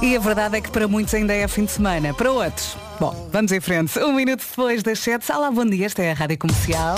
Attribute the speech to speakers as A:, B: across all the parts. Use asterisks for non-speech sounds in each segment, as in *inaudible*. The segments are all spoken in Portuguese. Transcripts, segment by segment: A: E a verdade é que para muitos ainda é fim de semana, para outros. Bom, vamos em frente. Um minuto depois das 7. Olá, bom dia. Esta é a Rádio Comercial.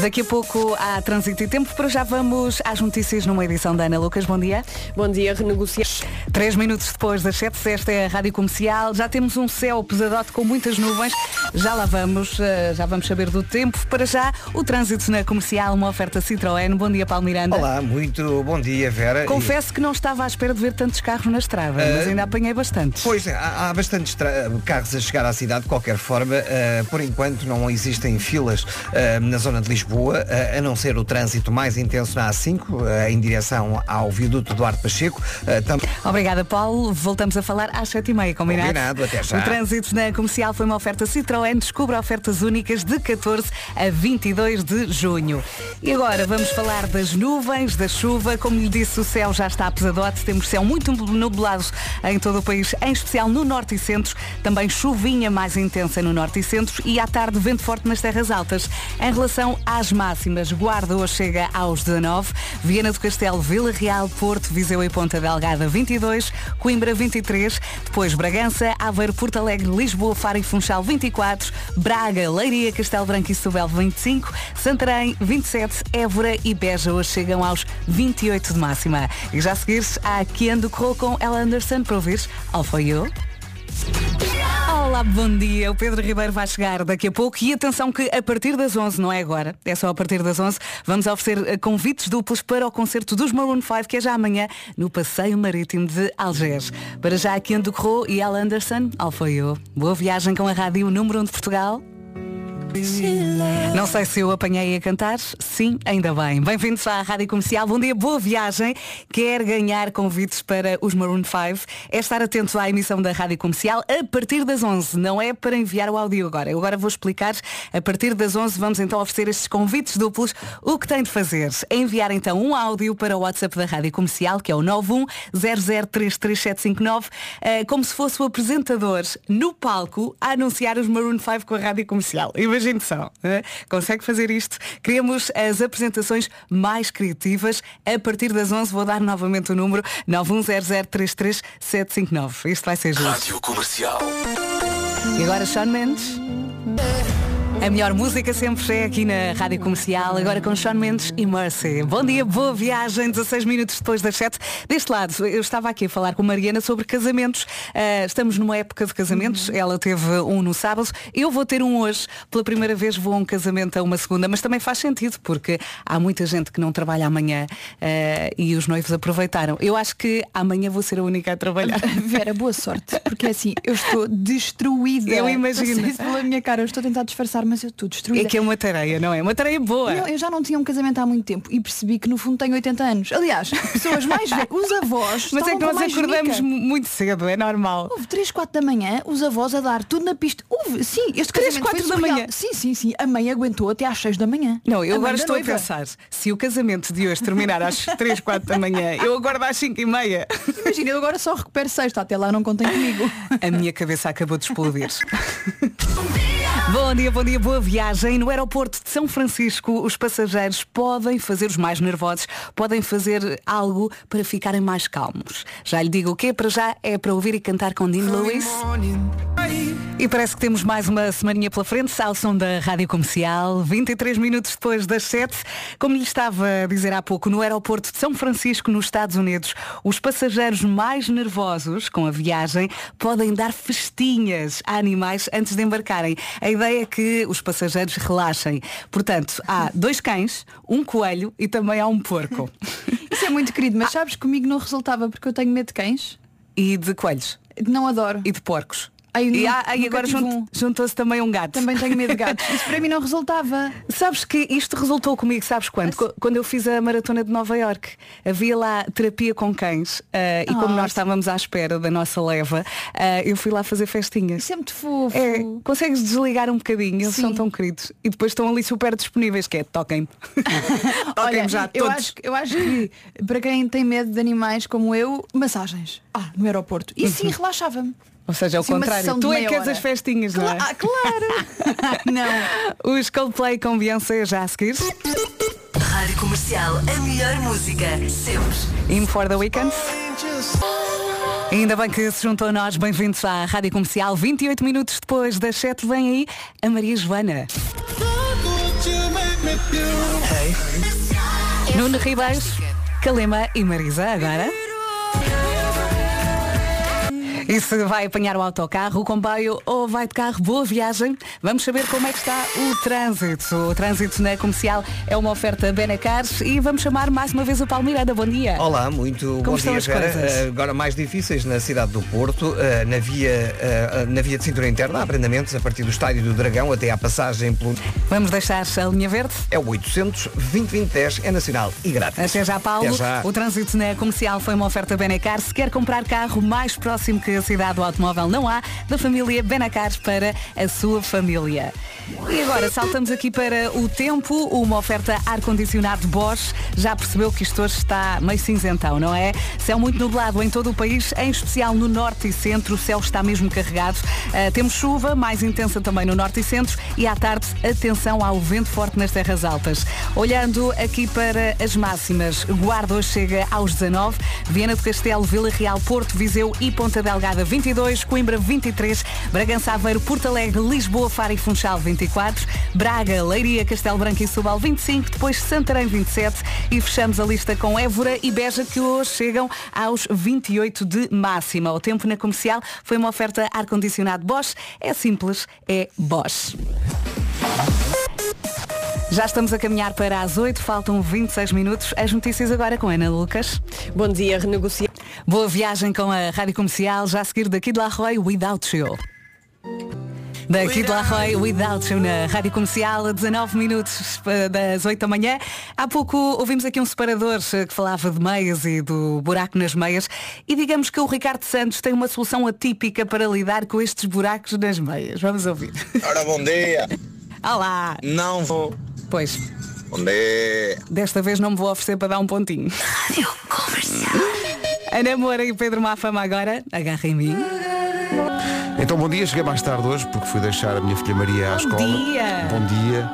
A: Daqui a pouco há trânsito e tempo. Para já vamos às notícias numa edição da Ana Lucas. Bom dia.
B: Bom dia, renegociar.
A: Três minutos depois das sete, esta é a Rádio Comercial. Já temos um céu pesadote com muitas nuvens. Já lá vamos, eh, já vamos saber do tempo. Para já, o trânsito na comercial, uma oferta Citroën. Bom dia, Paulo Miranda.
C: Olá, muito bom dia, Vera.
A: Confesso que não estava à espera de ver tantos carros na estrada, mas ainda apanhei
C: E,
A: bastantes.
C: Pois, há, há bastantes tra- carros a chegar à cidade, de qualquer forma. eh, por enquanto não existem filas eh, na zona de Lisboa, eh, a não ser o trânsito mais intenso na A5, eh, em direção ao viaduto Eduardo Pacheco. eh, tam-
A: Obrigada, Paulo. Voltamos a falar às 7h30, combinado?
C: Combinado, até já.
A: O trânsito na comercial foi uma oferta Citroën. Descubra ofertas únicas de 14 a 22 de junho. E agora vamos falar das nuvens, da chuva. Como lhe disse, o céu já está pesadote. Temos céu muito nublado em todo o país, em especial no norte e centro. Também chuvinha mais intensa no norte e centro. E à tarde, vento forte nas terras altas. Em relação às máximas, Guarda hoje chega aos 19, Viana do Castelo, Vila Real, Porto, Viseu e Ponta Delgada 22, Coimbra 23, depois Bragança, Aveiro, Porto Alegre, Lisboa, Faro e Funchal 24, Braga, Leiria, Castelo Branco e Setúbal 25, Santarém 27, Évora e Beja hoje chegam aos 28 de máxima. E já a seguir há Kiando Corrou com Ella Anderson para ouvir All For You. Olá, bom dia. O Pedro Ribeiro vai chegar daqui a pouco e atenção que a partir das 11, não é agora, é só a partir das 11, vamos oferecer eh, convites duplos para o concerto dos Maroon 5, que é já amanhã, no Passeio Marítimo de Algés. Para já, Kendo Corro e Al Anderson, ao foi eu. Boa viagem com a Rádio Número 1 de Portugal. Não sei se eu apanhei a cantar. Sim, ainda bem. Bem-vindos à Rádio Comercial. Bom dia, boa viagem. Quer ganhar convites para os Maroon 5? É estar atento à emissão da Rádio Comercial a partir das 11. Não é para enviar o áudio agora. Eu agora vou explicar. A partir das 11 vamos então oferecer estes convites duplos. O que tem de fazer é enviar então um áudio para o WhatsApp da Rádio Comercial, que é o 910033759, eh, como se fosse o apresentador no palco a anunciar os Maroon 5 com a Rádio Comercial. Imagine só. eh? Consegue fazer isto? Queremos as apresentações mais criativas. A partir das 11 vou dar novamente o número 910033759. Isto vai ser justo.
D: Rádio Comercial.
A: E agora Sean Mendes. A melhor música sempre é aqui na Rádio Comercial, agora com Sean Mendes e Mercy. Bom dia, boa viagem, 16 minutos depois das 7. Deste lado, eu estava aqui a falar com Mariana sobre casamentos. Ah, estamos numa época de casamentos, ela teve um no sábado, eu vou ter um hoje. Pela primeira vez vou a um casamento a uma segunda, mas também faz sentido, porque há muita gente que não trabalha amanhã ah, e os noivos aproveitaram. Eu acho que amanhã vou ser a única a trabalhar.
E: *laughs* Vera, boa sorte, porque assim, eu estou destruída.
A: Eu imagino.
E: Não sei se pela minha cara, eu estou a tentar disfarçar, mas eu estou destruída.
A: É que é uma tareia, não é? Uma tareia boa.
E: Não, eu já não tinha um casamento há muito tempo e percebi que no fundo tenho 80 anos. Aliás, pessoas mais velhas, os avós.
A: Mas é
E: estavam
A: que
E: com
A: nós
E: mais
A: acordamos
E: mica.
A: mu- muito cedo, é normal.
E: Houve 3, 4 da manhã, os avós a dar tudo na pista. Houve, sim, este
A: Três,
E: casamento
A: quatro
E: foi
A: da
E: surreal.
A: manhã.
E: Sim, sim, sim. A mãe aguentou até às 6 da manhã.
A: Não, eu
E: A mãe
A: agora
E: da
A: estou a
E: noiva.
A: pensar, se o casamento de hoje terminar
E: *laughs*
A: às 3, 4 da manhã, eu aguardo às 5 e meia.
E: Imagina, eu agora só recupero sexta, até lá não
A: *laughs*
E: contem comigo.
A: A minha cabeça acabou de
E: *laughs*
A: explodir. Bom dia, bom dia, boa viagem. No aeroporto de São Francisco, os passageiros podem fazer os mais nervosos, podem fazer algo para ficarem mais calmos. Já lhe digo o que para já é para ouvir e cantar com Dean Lewis. E parece que temos mais uma semaninha pela frente, ao som da Rádio Comercial, 23 minutos depois das 7. Como lhe estava a dizer há pouco, no aeroporto de São Francisco, nos Estados Unidos, os passageiros mais nervosos com a viagem podem dar festinhas a animais antes de embarcarem. A ideia é que os passageiros relaxem. Portanto, há dois cães, um coelho e também há um
E: *laughs*
A: porco.
E: Isso é muito querido, mas sabes, comigo não resultava porque eu tenho medo de cães.
A: E de coelhos
E: Não adoro.
A: e de porcos.
E: Ai,
A: e
E: nu-
A: há- e
E: nunca
A: agora
E: tive
A: junt-
E: um.
A: juntou-se também um gato.
E: Também tenho medo
A: *laughs*
E: de gatos. Isso para mim não resultava.
A: Sabes que isto resultou comigo, sabes quando? Qu- Quando eu fiz a maratona de Nova Iorque, havia lá terapia com cães ah, e como
E: Ah,
A: nós
E: sim.
A: estávamos à espera da nossa leva, ah, eu fui lá fazer festinhas.
E: Isso é muito fofo.
A: É, consegues desligar um bocadinho, eles
E: Sim.
A: são tão queridos. E depois estão ali super disponíveis, que é toquem-me.
E: Olha,
A: toquem-me já
E: eu
A: todos.
E: acho, que- eu acho que para quem tem medo de animais como eu, massagens. Ah, no aeroporto. E sim, relaxava-me.
A: Ou seja, ao
E: Sim, uma sessão
A: contrário.
E: de
A: Tu é
E: meia
A: que és
E: hora.
A: as festinhas, não é?
E: Cla- ah, *laughs* claro! não.
A: Os Coldplay com Beyoncé já a seguir.
B: Rádio Comercial, a melhor música, sempre.
A: In for the weekend. Ainda bem que se juntou a nós, bem-vindos à Rádio Comercial. 28 minutos depois das 7, vem aí a Maria Joana. Nuno Ribeiro, Calema e Marisa agora. E se vai apanhar o autocarro, o comboio ou vai de carro, boa viagem. Vamos saber como é que está o trânsito. O trânsito na comercial é uma oferta Benacares e vamos chamar mais uma vez o Paulo Miranda. Bom dia.
C: Olá, muito bom
A: estão
C: dia,
A: as
C: Vera.
A: coisas?
C: Eh, Agora mais difíceis na cidade do Porto, eh, na via, eh, na via de cintura interna, há abrandamentos a partir do Estádio do Dragão até à passagem pelo...
A: Vamos deixar a linha verde.
C: É o 800 2010 é nacional e grátis.
A: Até já, Paulo.
C: Até já.
A: O trânsito na comercial foi uma oferta Benacar. Se quer comprar carro mais próximo que a cidade do automóvel, não há, da família Benacar para a sua família. E agora saltamos aqui para o tempo, uma oferta ar-condicionado Bosch. Já percebeu que isto hoje está meio cinzentão, não é? Céu muito nublado em todo o país, em especial no norte e centro. O céu está mesmo carregado. Ah, temos chuva mais intensa também no norte e centro e à tarde atenção ao vento forte nas terras altas. Olhando aqui para as máximas, Guarda hoje chega aos 19, Viana do Castelo, Vila Real, Porto, Viseu e Ponta Delgada 22, Coimbra 23, Bragança, Aveiro, Porto Alegre, Lisboa, Faro e Funchal 24, Braga, Leiria, Castelo Branco e Setúbal 25, depois Santarém 27 e fechamos a lista com Évora e Beja que hoje chegam aos 28 de máxima. O tempo na comercial foi uma oferta ar-condicionado Bosch. É simples, é Bosch. Já estamos a caminhar para as 8, faltam 26 minutos. As notícias agora com Ana Lucas.
D: Bom dia, renegociar.
A: Boa viagem com a Rádio Comercial, já a seguir daqui de La Roy, Without You. Daqui de La Roy, Without You, na Rádio Comercial, a 19 minutos eh, das 8 da manhã. Há pouco ouvimos aqui um separador eh, que falava de meias e do buraco nas meias. E digamos que o Ricardo Santos tem uma solução atípica para lidar com estes buracos nas meias. Vamos ouvir. *laughs*
F: Ora, bom dia.
A: Olá!
F: Não vou.
A: Pois,
F: Bom dia.
A: desta vez não me vou oferecer para dar um pontinho.
B: Rádio Comercial.
A: Ana Moura e Pedro Mafama agora, agarra em mim.
G: Então bom dia, cheguei mais tarde hoje porque fui deixar a minha filha Maria à
A: Bom
G: escola.
A: dia. é?
G: Bom dia.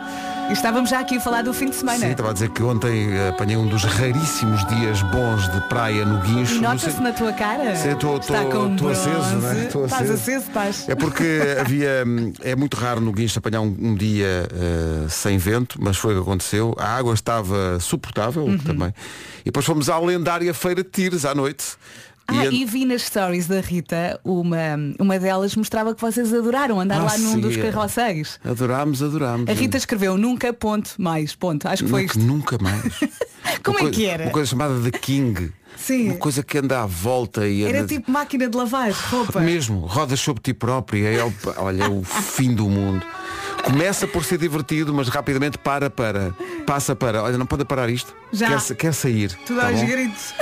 A: E Estávamos já aqui a falar do fim de semana.
G: Sim, estava a dizer que ontem eh, apanhei um dos raríssimos dias bons de praia no Guincho. Não
A: Nota-se
G: sei-
A: na tua cara?
G: Sim, estou
A: Está com
G: aceso, não é?
A: bronze.
G: Estou
A: Estás aceso, estás.
G: É
A: *laughs*
G: porque havia. hum, É muito raro no Guincho apanhar um, um dia eh, sem vento, mas foi o que aconteceu. A água estava suportável
A: Uhum.
G: também. E depois fomos à lendária Feira de Tires à noite.
A: Ah,
G: an-
A: e vi nas stories da Rita, uma, uma delas mostrava que vocês adoraram andar
G: Ah,
A: lá num
G: sim,
A: dos
G: é.
A: carroceis.
G: Adorámos, adorámos.
A: A Rita escreveu nunca ponto mais ponto. Acho que foi
G: Nunca-
A: isto.
G: Nunca
A: *laughs*
G: mais.
A: Como
G: Uma
A: é
G: coi-
A: que era?
G: Uma coisa chamada The King.
A: Sim.
G: Uma coisa que anda à volta e
A: Era
G: anda-
A: tipo máquina de lavar roupa.
G: Mesmo, rodas sobre ti própria. É o... Olha, é o fim do mundo. Começa por ser divertido, mas rapidamente para, para. Passa para. Olha, não pode parar isto.
A: Já.
G: Quer, sa- quer sair.
A: Tudo
G: tá
A: aos
G: bom?
A: gritos.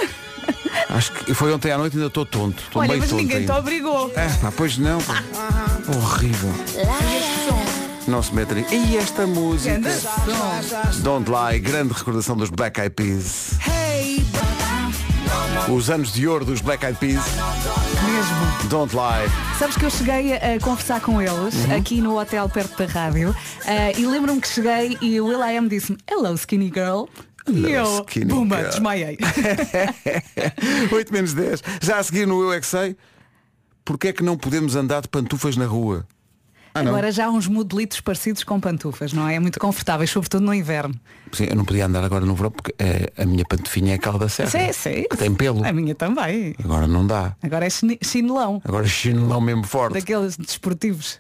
G: Acho que foi ontem à noite ainda estou tonto. Estou
A: Olha,
G: meio
A: mas
G: tonto
A: ninguém te
G: ainda.
A: obrigou.
G: É, pá, pois não. pá. Horrível. Não se metem. E esta música?
A: Grande som.
G: Don't Lie, grande recordação dos Black Eyed Peas. Os anos de ouro dos Black Eyed Peas.
A: Mesmo.
G: Don't Lie. *laughs*
A: Sabes que eu cheguei a, a conversar com eles
G: Uhum.
A: aqui no hotel perto da rádio ah, e lembro-me que cheguei e o Will.i.am disse-me Hello Skinny Girl. e
G: Hello,
A: eu,
G: skinny
A: bumba,
G: girl.
A: desmaiei.
G: 8 menos 10. Já a seguir no Eu É Que Sei. Porquê é que não podemos andar de pantufas na rua? Ah, não.
A: Agora já há uns modelitos parecidos com pantufas, não é? Muito confortáveis, sobretudo no inverno.
G: Sim, eu não podia andar agora no verão porque eh, a minha pantufinha é calda serra.
A: Sim, sim.
G: Que tem pelo.
A: A minha também.
G: Agora não dá.
A: Agora é chine- chinelão,
G: Agora chinelão mesmo forte
A: daqueles
G: *laughs*
A: desportivos.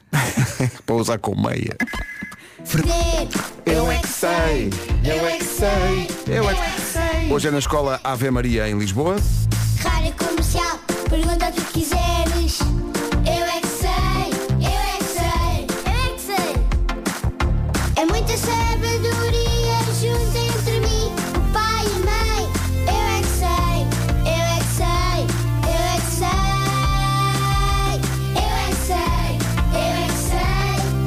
G: para usar com meia. Eu é que sei, eu é que sei, eu é que sei. Hoje é na escola Ave Maria em Lisboa.
H: Rádio Comercial, pergunta o que quiseres. Eu é que sei, eu é que sei, eu é que sei. É muita sabedoria junta entre mim, o pai e a mãe. Eu é que sei, eu é que sei, eu é que sei. Eu é que sei,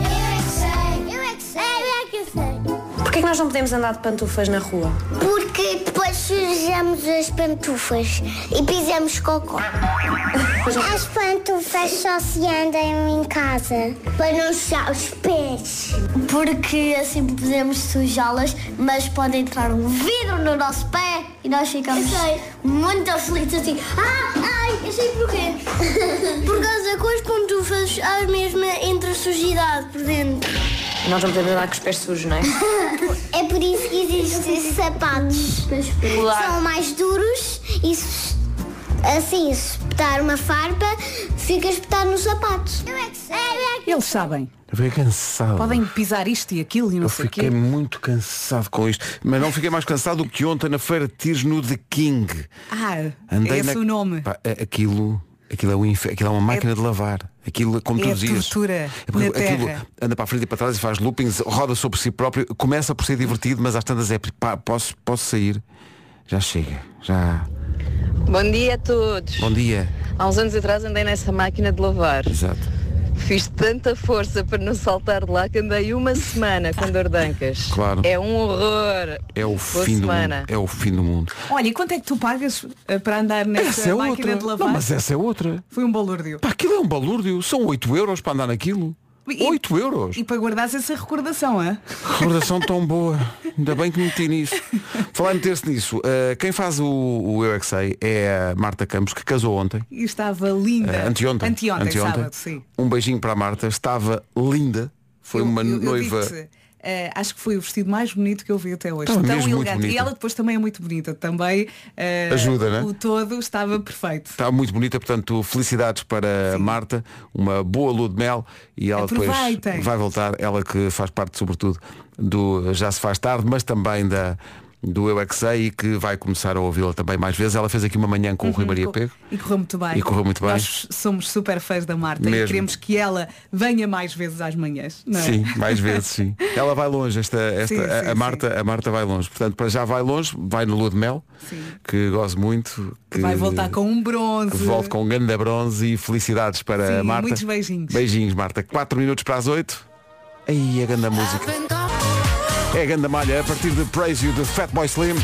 H: eu é que sei, eu é que sei, eu é que sei, eu é que sei.
I: Porquê é que nós não podemos andar de pantufas na rua?
H: Porque depois suja tiramos as pantufas e pisamos cocó. As pantufas só se andam em casa para não sujar os pés. Porque assim podemos sujá-las, mas pode entrar um vidro no nosso pé e nós ficamos muito aflitos assim. Ah, ai, eu sei *laughs* porquê. Por causa que as pantufas há mesmo entre a sujidade por dentro.
D: Nós não podemos andar com os pés sujos, não é?
H: É por isso que existem esses sapatos. São mais duros e se- assim, se espetar uma farpa, fica a espetar no sapato. Eu é que sei.
E: Eles sabem.
G: Eu fiquei cansado.
E: Podem pisar isto e aquilo e não
G: Eu
E: sei o
G: fiquei
E: quê.
G: muito cansado com isto. Mas não fiquei mais cansado do que ontem na feira de tiros no The King.
E: Ah, é esse
G: na-
E: o nome.
G: Pá, a- aquilo, aquilo, é um infer- aquilo é uma máquina de lavar. Aquilo, como
E: é
G: tu dizias.
E: tortura
G: porque
E: na
G: aquilo
E: terra.
G: anda para a frente e para trás e faz loopings, roda sobre si próprio. Começa por ser divertido, mas às tantas é pá, posso, posso sair. Já chega. Já.
C: Bom dia a todos.
G: Bom dia.
C: Há uns anos atrás andei nessa máquina de lavar.
G: Exato.
C: Fiz tanta força para não saltar de lá que andei uma semana com dor de ancas.
G: Claro.
C: É um horror.
G: É o
C: Boa
G: fim do mundo.
C: semana.
G: É o fim do mundo.
E: Olha, e quanto é que tu pagas eh, para andar nessa máquina de lavar?
G: é Não, mas essa é outra.
E: Foi um balúrdio.
G: Pá, aquilo é um balúrdio. São 8 euros para andar naquilo.
E: E-
G: 8 euros.
E: E para guardares essa recordação, hã?
G: Recordação tão boa. Ainda bem que meti nisso. Falar em meter-se nisso. eh, quem faz o, o Eu É Que Sei é a Marta Campos, que casou ontem.
E: E estava linda.
G: eh, anteontem.
E: É. Anteontem, sábado, sim.
G: Um beijinho para a Marta. Estava linda. Foi
E: Eu-
G: uma
E: eu- eu
G: noiva.
E: digo-te, eh, acho que foi o vestido mais bonito que eu vi até hoje.
G: Estava
E: Tão
G: mesmo muito
E: elegante. E
G: bonita.
E: ela depois também é muito bonita. Também eh,
G: Ajuda, né?
E: o todo estava perfeito.
G: Está muito bonita, portanto, felicidades para a Marta, uma boa lua de mel e ela
E: Aproveitem.
G: depois vai voltar, ela que faz parte sobretudo do Já se faz tarde, mas também da do Eu é que sei e que vai começar a ouvi-la também mais vezes. Ela fez aqui uma manhã com o
E: Uhum.
G: Rui Maria Pego.
E: E correu muito bem.
G: E correu muito bem.
E: Nós somos super fãs da Marta e
G: Mesmo.
E: queremos que ela venha mais vezes às manhãs. Não é?
G: Sim, mais
E: *laughs*
G: vezes, sim. Ela vai longe, esta, esta
E: Sim,
G: a-
E: sim,
G: a,
E: sim.
G: Marta, a Marta vai longe. Portanto, para já vai longe, vai no Lua de Mel,
E: Sim.
G: que gozo muito. Que
E: Vai voltar com um bronze.
G: que volte com ganda bronze e felicidades para
E: Sim,
G: a Marta.
E: muitos beijinhos.
G: Beijinhos, Marta. 4 minutos para as 8. Aí a ganda música. É a ganda malha a partir de Praise You de Fatboy Slim.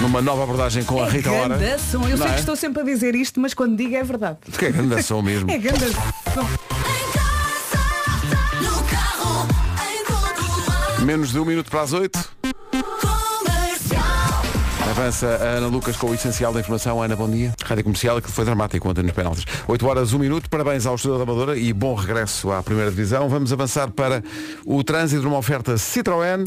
G: Numa nova abordagem
J: É
G: com a Rita Ora.
E: Ganda som. Eu
G: Não
E: sei
G: é?
E: que estou sempre a dizer isto, mas quando digo é verdade.
G: Porque é ganda
J: *laughs*
G: som mesmo.
E: É ganda som.
G: Menos de um minuto para as 8. Avança a Ana Lucas com o essencial da informação. Ana, bom dia. Rádio Comercial, que foi dramático ontem nos penaltis. 8 horas, 1 minuto. Parabéns ao Estudo da Amadora e bom regresso à primeira divisão. Vamos avançar para o trânsito numa oferta Citroën.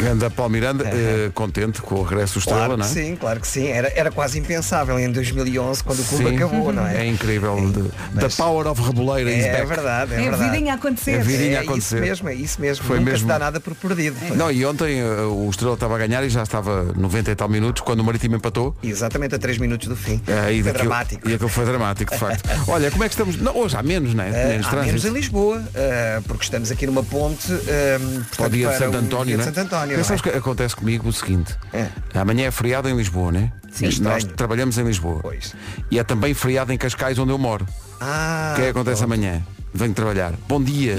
G: Ganda Paulo
J: *laughs*
G: Miranda, eh, contente com o regresso do Estrela,
J: Claro
G: não
J: que
G: é?
J: sim, claro que sim. Era, era quase impensável em 2011 quando o clube
G: Sim.
J: acabou, não é?
G: É incrível. The-
J: mas-
G: The Power of Reboleira is
J: É
G: back.
J: verdade, é,
E: É, a
J: verdade.
E: vidinha a acontecer.
G: É vida. Virinha a
J: é isso
G: acontecer.
J: mesmo, é isso mesmo.
G: Foi
J: Nunca
G: mesmo.
J: se dá nada por perdido.
G: Não, e ontem eh, o Estrela estava a ganhar e já estava 90 e tal minutos quando o Marítimo empatou.
J: Exatamente a 3 minutos do fim.
G: É, e
J: Foi
G: daquilo-
J: dramático.
G: E aquilo foi dramático,
J: *laughs*
G: de facto. Olha, como é que estamos. Não, hoje há menos, não é?
J: Eh,
G: menos
J: há
G: trânsito.
J: menos em Lisboa, eh, porque estamos aqui numa ponte eh, portanto,
G: Para o dia de
J: para
G: Santo
J: o
G: António,
J: dia de
G: né?
J: Santo António,
G: Mas
J: não é?
G: sabes que acontece comigo o seguinte.
J: É.
G: Amanhã é feriado em Lisboa, né?
J: Sim.
G: Nós
J: Estranho.
G: trabalhamos em Lisboa.
J: Pois.
G: E é também feriado em Cascais, onde eu moro.
J: Ah,
G: o que é que acontece amanhã? Venho trabalhar.
J: *laughs*
G: Bom dia.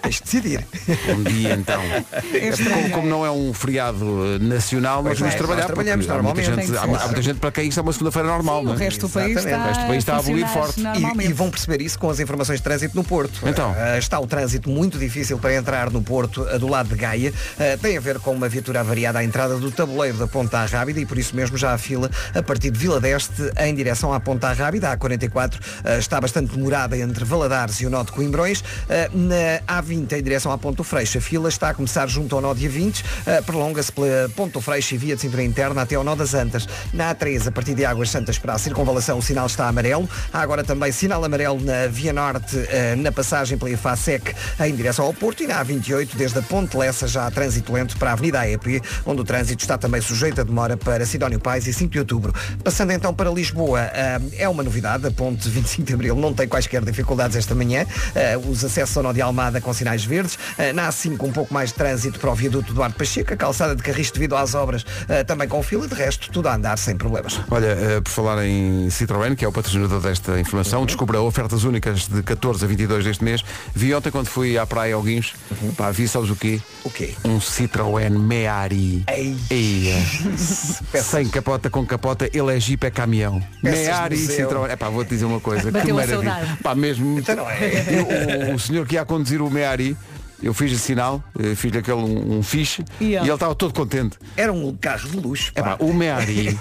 J: tens de decidir.
G: Bom dia, então. É porque como, como não é um feriado eh, nacional, nós
J: Pois
G: vamos
J: é,
G: trabalhar.
J: nós trabalhamos
G: porque há muita
J: normalmente,
G: gente-
J: tem que
G: há,
J: ser.
G: há muita gente para quem isto é uma segunda-feira normal,
E: O
G: não é?
E: resto do país
J: Exatamente.
E: está,
G: O resto do país está a abolir
E: funcionar
G: forte. E-
E: normalmente.
J: E, e vão perceber isso com as informações de trânsito no Porto.
G: Então?
J: Ah, está o trânsito muito difícil para entrar no Porto ah, do lado de Gaia. Ah, tem a ver com uma viatura avariada à entrada do tabuleiro da Ponta Rábida e por isso mesmo já a fila a partir de Vila Deste em direção à Ponta Rábida. A A44 ah, está bastante demorada entre Valadares e o Nó de Coimbrões. Ah, na A20 em direção à Ponto Freixo, a fila está a começar junto ao Nó de A20, ah, prolonga-se pela Ponto Freixo e via de cintura interna até ao Nó das Antas. Na A3, a partir de Águas Santas para a circunvalação, o sinal está amarelo. Há agora também sinal amarelo na Via Norte, eh, na passagem pela IFASEC em direção ao Porto e na A28, desde a Ponte Lessa, já há trânsito lento para a Avenida AEP, onde o trânsito está também sujeito a demora para Sidónio Pais e 5 de Outubro. eh, Passando então para Lisboa, ah, é uma novidade, a Ponte 25 de Abril não tem quaisquer dificuldades esta
C: manhã. Eh, os acessos ao Nó de Almada com sinais verdes. Eh, na A5, um pouco mais de trânsito para o viaduto Eduardo Pacheco. A calçada de Carris devido às obras eh, também com fila. De resto, tudo a andar sem problemas.
G: Olha, eh, por falar em Citroën, que é o patrocinador desta informação, descubra ofertas únicas de 14 a 22 deste mês. Vi ontem quando fui à praia ao Guincho, pá, vi sabes o quê?
C: O quê?
G: Um Citroën Meari.
C: Ei.
G: Eia. Sem capota com capota, ele é Jeep, é caminhão.
C: Peças de
G: Meari e
C: museu.
G: Citroën. É pá, vou-te dizer uma coisa. que
A: Bateu a
G: maravilha.
A: saudade.
G: Pá, mesmo.
C: Então não é.
G: Eu- o, o senhor que ia a conduzir o Meari, eu fiz-lhe sinal, eh, fiz-lhe aquele um, um fiche
A: Yeah.
G: e ele estava todo contente.
C: Era um carro de luxo.
G: É pá, o Meari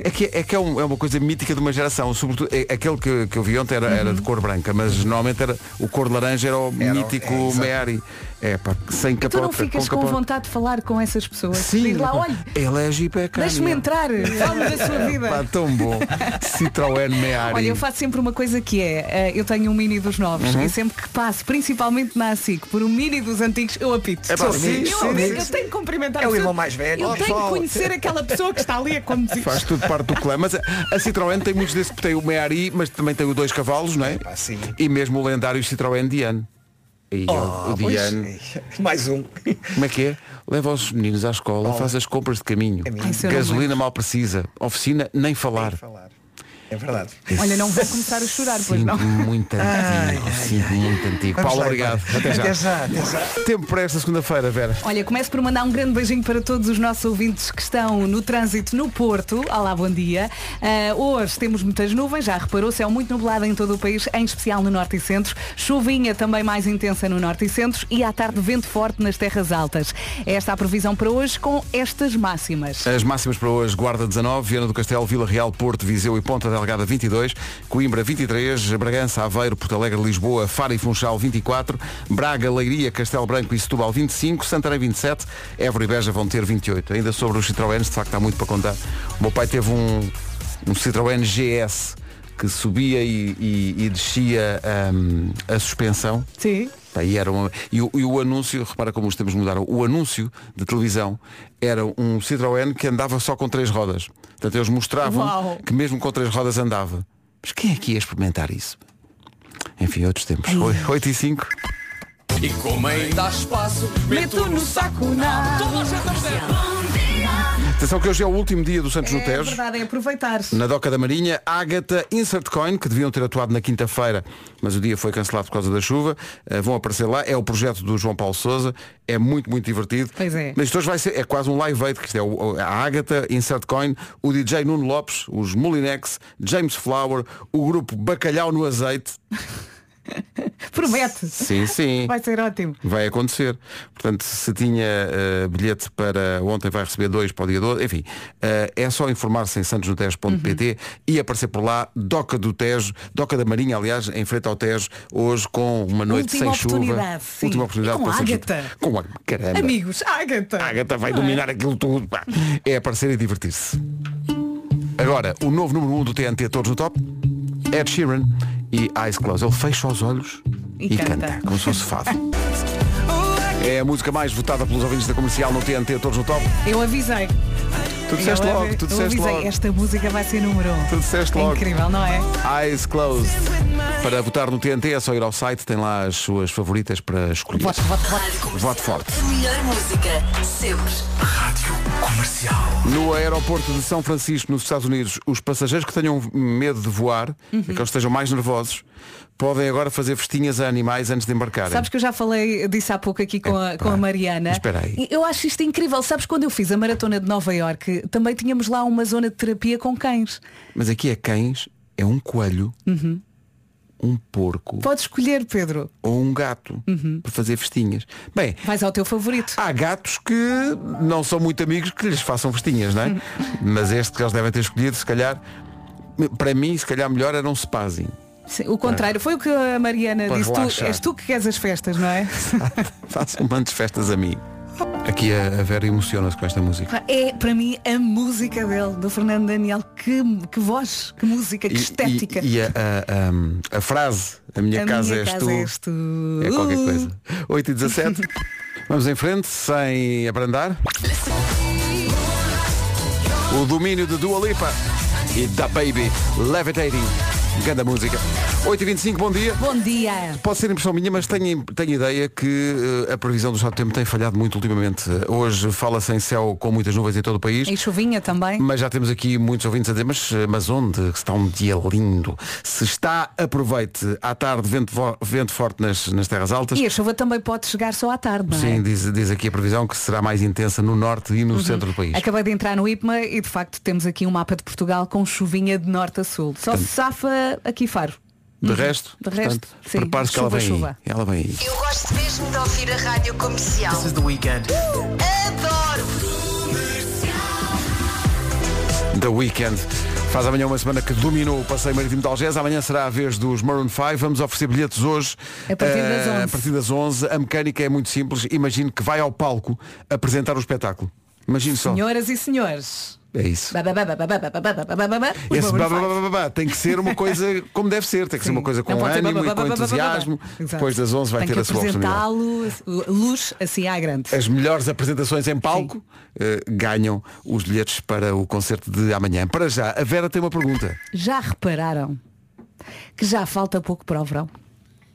G: é que, é, que é, um- é uma coisa mítica de uma geração. Sobretudo, é- aquele que, que eu vi ontem era, era de cor branca, mas normalmente era, o cor laranja era o
C: Era o-
G: mítico
C: é, exato.
G: Meari. É pá, sem
A: Tu
G: capota.
A: não ficas com,
G: capota.
A: vontade de falar com essas pessoas? Diz lá,
G: pá,
A: olha,
G: *laughs* Ele é Jeep, é Camry.
A: deixa-me entrar, fala-me da sua
G: Pá,
A: vida.
G: tão bom. Citroën Meari.
A: Olha, eu faço sempre uma coisa que é, eh, eu tenho um mini dos novos
G: Uhum.
A: e sempre que passo, principalmente na ASIC, por um mini dos antigos, eu apito.
G: É pá,
A: Sou
G: sim,
A: eu,
G: sim,
A: amigo,
C: sim.
A: eu tenho que cumprimentar
C: É
A: a
C: o
A: pessoa.
C: irmão mais velho.
A: Eu
C: Ó,
A: tenho que
C: pessoal.
A: conhecer aquela pessoa que está ali a conduzir.
G: Faz tudo parte do clã. Mas a, a Citroën tem muitos desses. Tem o Meari, mas também tem o dois cavalos, não é?
C: Epá, sim.
G: E mesmo o lendário Citroën Diane. E o- o
C: Ah, pois.
G: Diane.
C: *laughs* Mais um.
G: Como é que é? Leva os meninos à escola,
C: Oh.
G: faz as compras de caminho.
C: Caminho.
A: Ai, isso eu não
G: Gasolina mal precisa. Oficina, nem falar.
C: é- Falar. É verdade.
A: Olha, não vou é começar a chorar, pois
G: Sinto
A: não.
G: muito antigo. Sinto muito antigo.
C: Vamos
G: Paulo,
C: lá,
G: obrigado.
C: então.
G: Até já.
C: Até já, até já.
G: Tempo para esta segunda-feira, Vera.
A: Olha, começo por mandar um grande beijinho para todos os nossos ouvintes que estão no trânsito no Porto. Olá, bom dia. Ah, hoje temos muitas nuvens, já reparou, céu muito nublado em todo o país, em especial no Norte e Centro. Chuvinha também mais intensa no Norte e Centro e à tarde vento forte nas terras altas. Esta é a previsão para hoje com estas máximas.
G: As máximas para hoje, Guarda 19, Viana do Castelo, Vila Real, Porto, Viseu e Ponta Delgada 22, Coimbra 23, Bragança, Aveiro, Porto Alegre, Lisboa, Faro e Funchal 24, Braga, Leiria, Castelo Branco e Setúbal 25, Santarém 27, Évora e Beja vão ter 28. Ainda sobre os Citroëns, de facto há muito para contar. O meu pai teve um, um Citroën GS que subia e, e- e descia hum, a suspensão
A: Sim.
G: Pá, E, era uma- e o, e o anúncio, repara como os tempos mudaram, o anúncio de televisão era um Citroën que andava só com três rodas. Portanto, eles mostravam
A: Uau.
G: que mesmo com três rodas andava. Mas quem é que ia experimentar isso? Enfim, outros tempos. 8 e 5.
A: Meto no saco na.
G: Atenção que hoje é o último dia do Santos no
A: É
G: Tejo.
A: verdade, é aproveitar.
G: Na Doca da Marinha, Ágata, Insert Coin, que deviam ter atuado na quinta-feira, mas o dia foi cancelado por causa da chuva, eh, vão aparecer lá. É o projeto do João Paulo Souza, é muito, muito divertido.
A: Pois é.
G: Mas isto hoje vai ser, é quase um live aid, que isto é o- a Ágata, Insert Coin, o DJ Nuno Lopes, os Molinex, James Flower, o grupo Bacalhau no Azeite.
A: Promete.
G: Sim, sim.
A: Vai ser ótimo.
G: Vai acontecer. Portanto, se tinha eh, bilhete para ontem, vai receber dois para o dia 12. Enfim, eh, é só informar-se em santosnotejo.pt
A: Uhum.
G: e aparecer por lá Doca do Tejo, Doca da Marinha, aliás, em frente ao Tejo, hoje com uma noite
A: Última
G: sem chuva.
A: oportunidade, sim.
G: Última oportunidade
A: E com
G: para Santos
A: Ágata.
G: Notejo. Com a caramba.
A: Amigos, Ágata.
G: A Ágata vai dominar aquilo tudo. pá. É aparecer e divertir-se. Agora, o novo número 1 um do TNT Todos no Top, Ed Sheeran e Eyes Closed. Ele fecha os olhos
A: E
G: e, canta.
A: canta.
G: como se fosse fado. É a música mais votada pelos ouvintes da comercial no TNT Todos no Top.
A: Eu avisei.
G: Tu disseste
A: eu, avi-
G: logo, tu
A: eu
G: disseste
A: avisei,
G: logo.
A: esta música vai ser número um.
G: Tu disseste
A: É
G: logo.
A: Incrível, não é?
G: Eyes Closed. Para votar no TNT é só ir ao site, tem lá as suas favoritas para escolher.
A: Voto, voto, voto.
G: Vote forte.
B: A melhor música sempre.
G: No aeroporto de São Francisco, nos Estados Unidos, os passageiros que tenham medo de voar, que eles estejam mais nervosos, podem agora fazer festinhas a animais antes de embarcarem.
A: Sabes que eu já falei disso há pouco aqui com, a,
G: Epá,
A: com a Mariana.
G: É, espera aí.
A: Eu acho isto incrível. Sabes quando eu fiz a maratona de Nova Iorque, também tínhamos lá uma zona de terapia com cães.
G: Mas aqui é cães, é um coelho, um porco
A: Podes escolher, Pedro.
G: ou um gato para fazer festinhas. Bem,
A: Vais ao teu favorito.
G: há gatos que não são muito amigos que lhes façam festinhas,
A: *laughs*
G: não é? Mas este que eles devem ter escolhido, se calhar, para mim, se calhar melhor era um
A: *laughs*
G: spazin.
A: Sim, O contrário. Foi o que a Mariana
G: É. Podes
A: disse. Tu,
G: relaxar.
A: és tu que queres as festas, não é?
G: Façam mantes um festas a mim. Aqui a a Vera emociona-se com esta música.
A: Pá, *laughs* É para mim a música dele, do Fernando Daniel. Que, que voz, que música, que
G: E-
A: estética.
G: E, e a, a- a- a frase, a minha
A: a
G: casa
A: minha
G: és
A: casa
G: tu,
A: és tu.
G: é qualquer
A: Uh.
G: coisa. 8 e 17. *laughs* Vamos em frente, sem abrandar. O domínio de Dua Lipa e da Baby Levitating. Ganda música. 8h25, bom dia.
A: Bom dia.
G: Pode ser impressão minha, mas tenho, tenho ideia que eh, a previsão do estado do tempo tem falhado muito ultimamente. Eh, Hoje fala-se em céu com muitas nuvens em todo o país.
A: E chuvinha também.
G: Mas já temos aqui muitos ouvintes a dizer, mas, eh, mas onde está um dia lindo? Se está, aproveite. À tarde, vento, vo- vento forte nas, nas terras altas.
A: E a chuva também pode chegar só à tarde, não é?
G: Sim, diz, diz aqui a previsão que será mais intensa no norte e
A: Uhum.
G: no centro do país.
A: Acabei de entrar no IPMA e de facto temos aqui um mapa de Portugal com chuvinha de norte a sul. Só se safa aqui Faro.
G: De resto,
A: De resto,
G: portanto,
A: sim.
G: prepare-se que ela
A: Chuva,
G: vem
A: chuva.
G: aí. Ela vem aí.
B: Eu gosto mesmo de ouvir a rádio comercial.
J: This is the weekend.
B: Adoro!
G: The Weekend. Faz amanhã uma semana que dominou o passeio marítimo de Algés. Amanhã será a vez dos Maroon 5. Vamos oferecer bilhetes hoje.
A: A partir
G: eh,
A: das 11.
G: A partir das 11. A mecânica é muito simples. Imagino que vai ao palco apresentar o espetáculo. Imagine só.
A: Senhoras e senhores.
G: É isso.
A: Ba, ba, ba, ba, ba, ba, ba, ba, ba, ba, ba, ba, os
G: Esse
A: Maroon
G: babá, babá, babá, tem que ser uma coisa como deve ser. Tem que
A: Sim.
G: ser assim, uma coisa com
A: Não pode ser
G: ânimo e
A: babá,
G: com
A: babá, babá, babá.
G: entusiasmo.
A: Exato.
G: Depois das 11 vai
A: Tem
G: ter
A: que
G: a sua oportunidade.
A: apresentá-lo, luz assim à grande.
G: As melhores apresentações em palco eh, ganham os bilhetes para o concerto de amanhã. Para já, a Vera tem uma pergunta.
A: Já repararam que já falta pouco para o verão?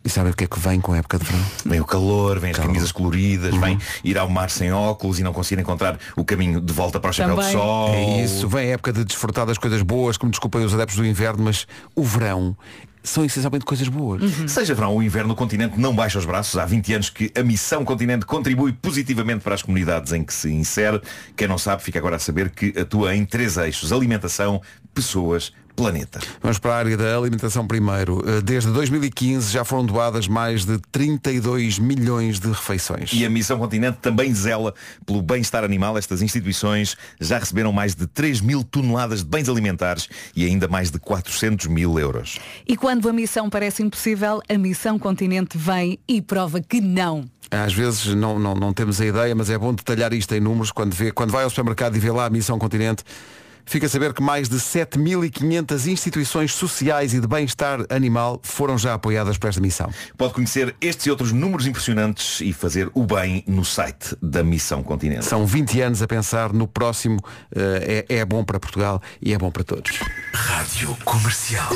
G: E sabem o que é que vem com a época de verão?
J: Vem o calor, vem as camisas coloridas,
C: Uhum.
J: vem ir ao mar sem óculos e não conseguir encontrar o caminho de volta para o chapéu
A: Também.
J: de sol.
G: É isso, vem a época de desfrutar das coisas boas, como desculpem os adeptos do inverno, mas o verão são essencialmente coisas boas.
J: Uhum. Seja verão ou inverno, o continente não baixa os braços. Há 20 anos que a missão continente contribui positivamente para as comunidades em que se insere. Quem não sabe, fica agora a saber que atua em três eixos. Alimentação, pessoas, planeta.
G: Vamos para a área da alimentação primeiro. Eh, Desde 2015 já foram doadas mais de 32 milhões de refeições.
J: E a Missão Continente também zela pelo bem-estar animal. Estas instituições já receberam mais de 3 mil toneladas de bens alimentares e ainda mais de 400 mil euros.
A: E quando a missão parece impossível, a missão continente vem e prova que não.
G: Às vezes não, não, não temos a ideia, mas é bom detalhar isto em números. Quando, vê, quando vai ao supermercado e vê lá a Missão Continente, fica a saber que mais de 7.500 instituições sociais e de bem-estar animal foram já apoiadas para esta missão.
J: Pode conhecer estes e outros números impressionantes e fazer o bem no site da Missão Continente.
G: São 20 anos a pensar no próximo. eh, é, é bom para Portugal e é bom para todos.
J: Rádio Comercial.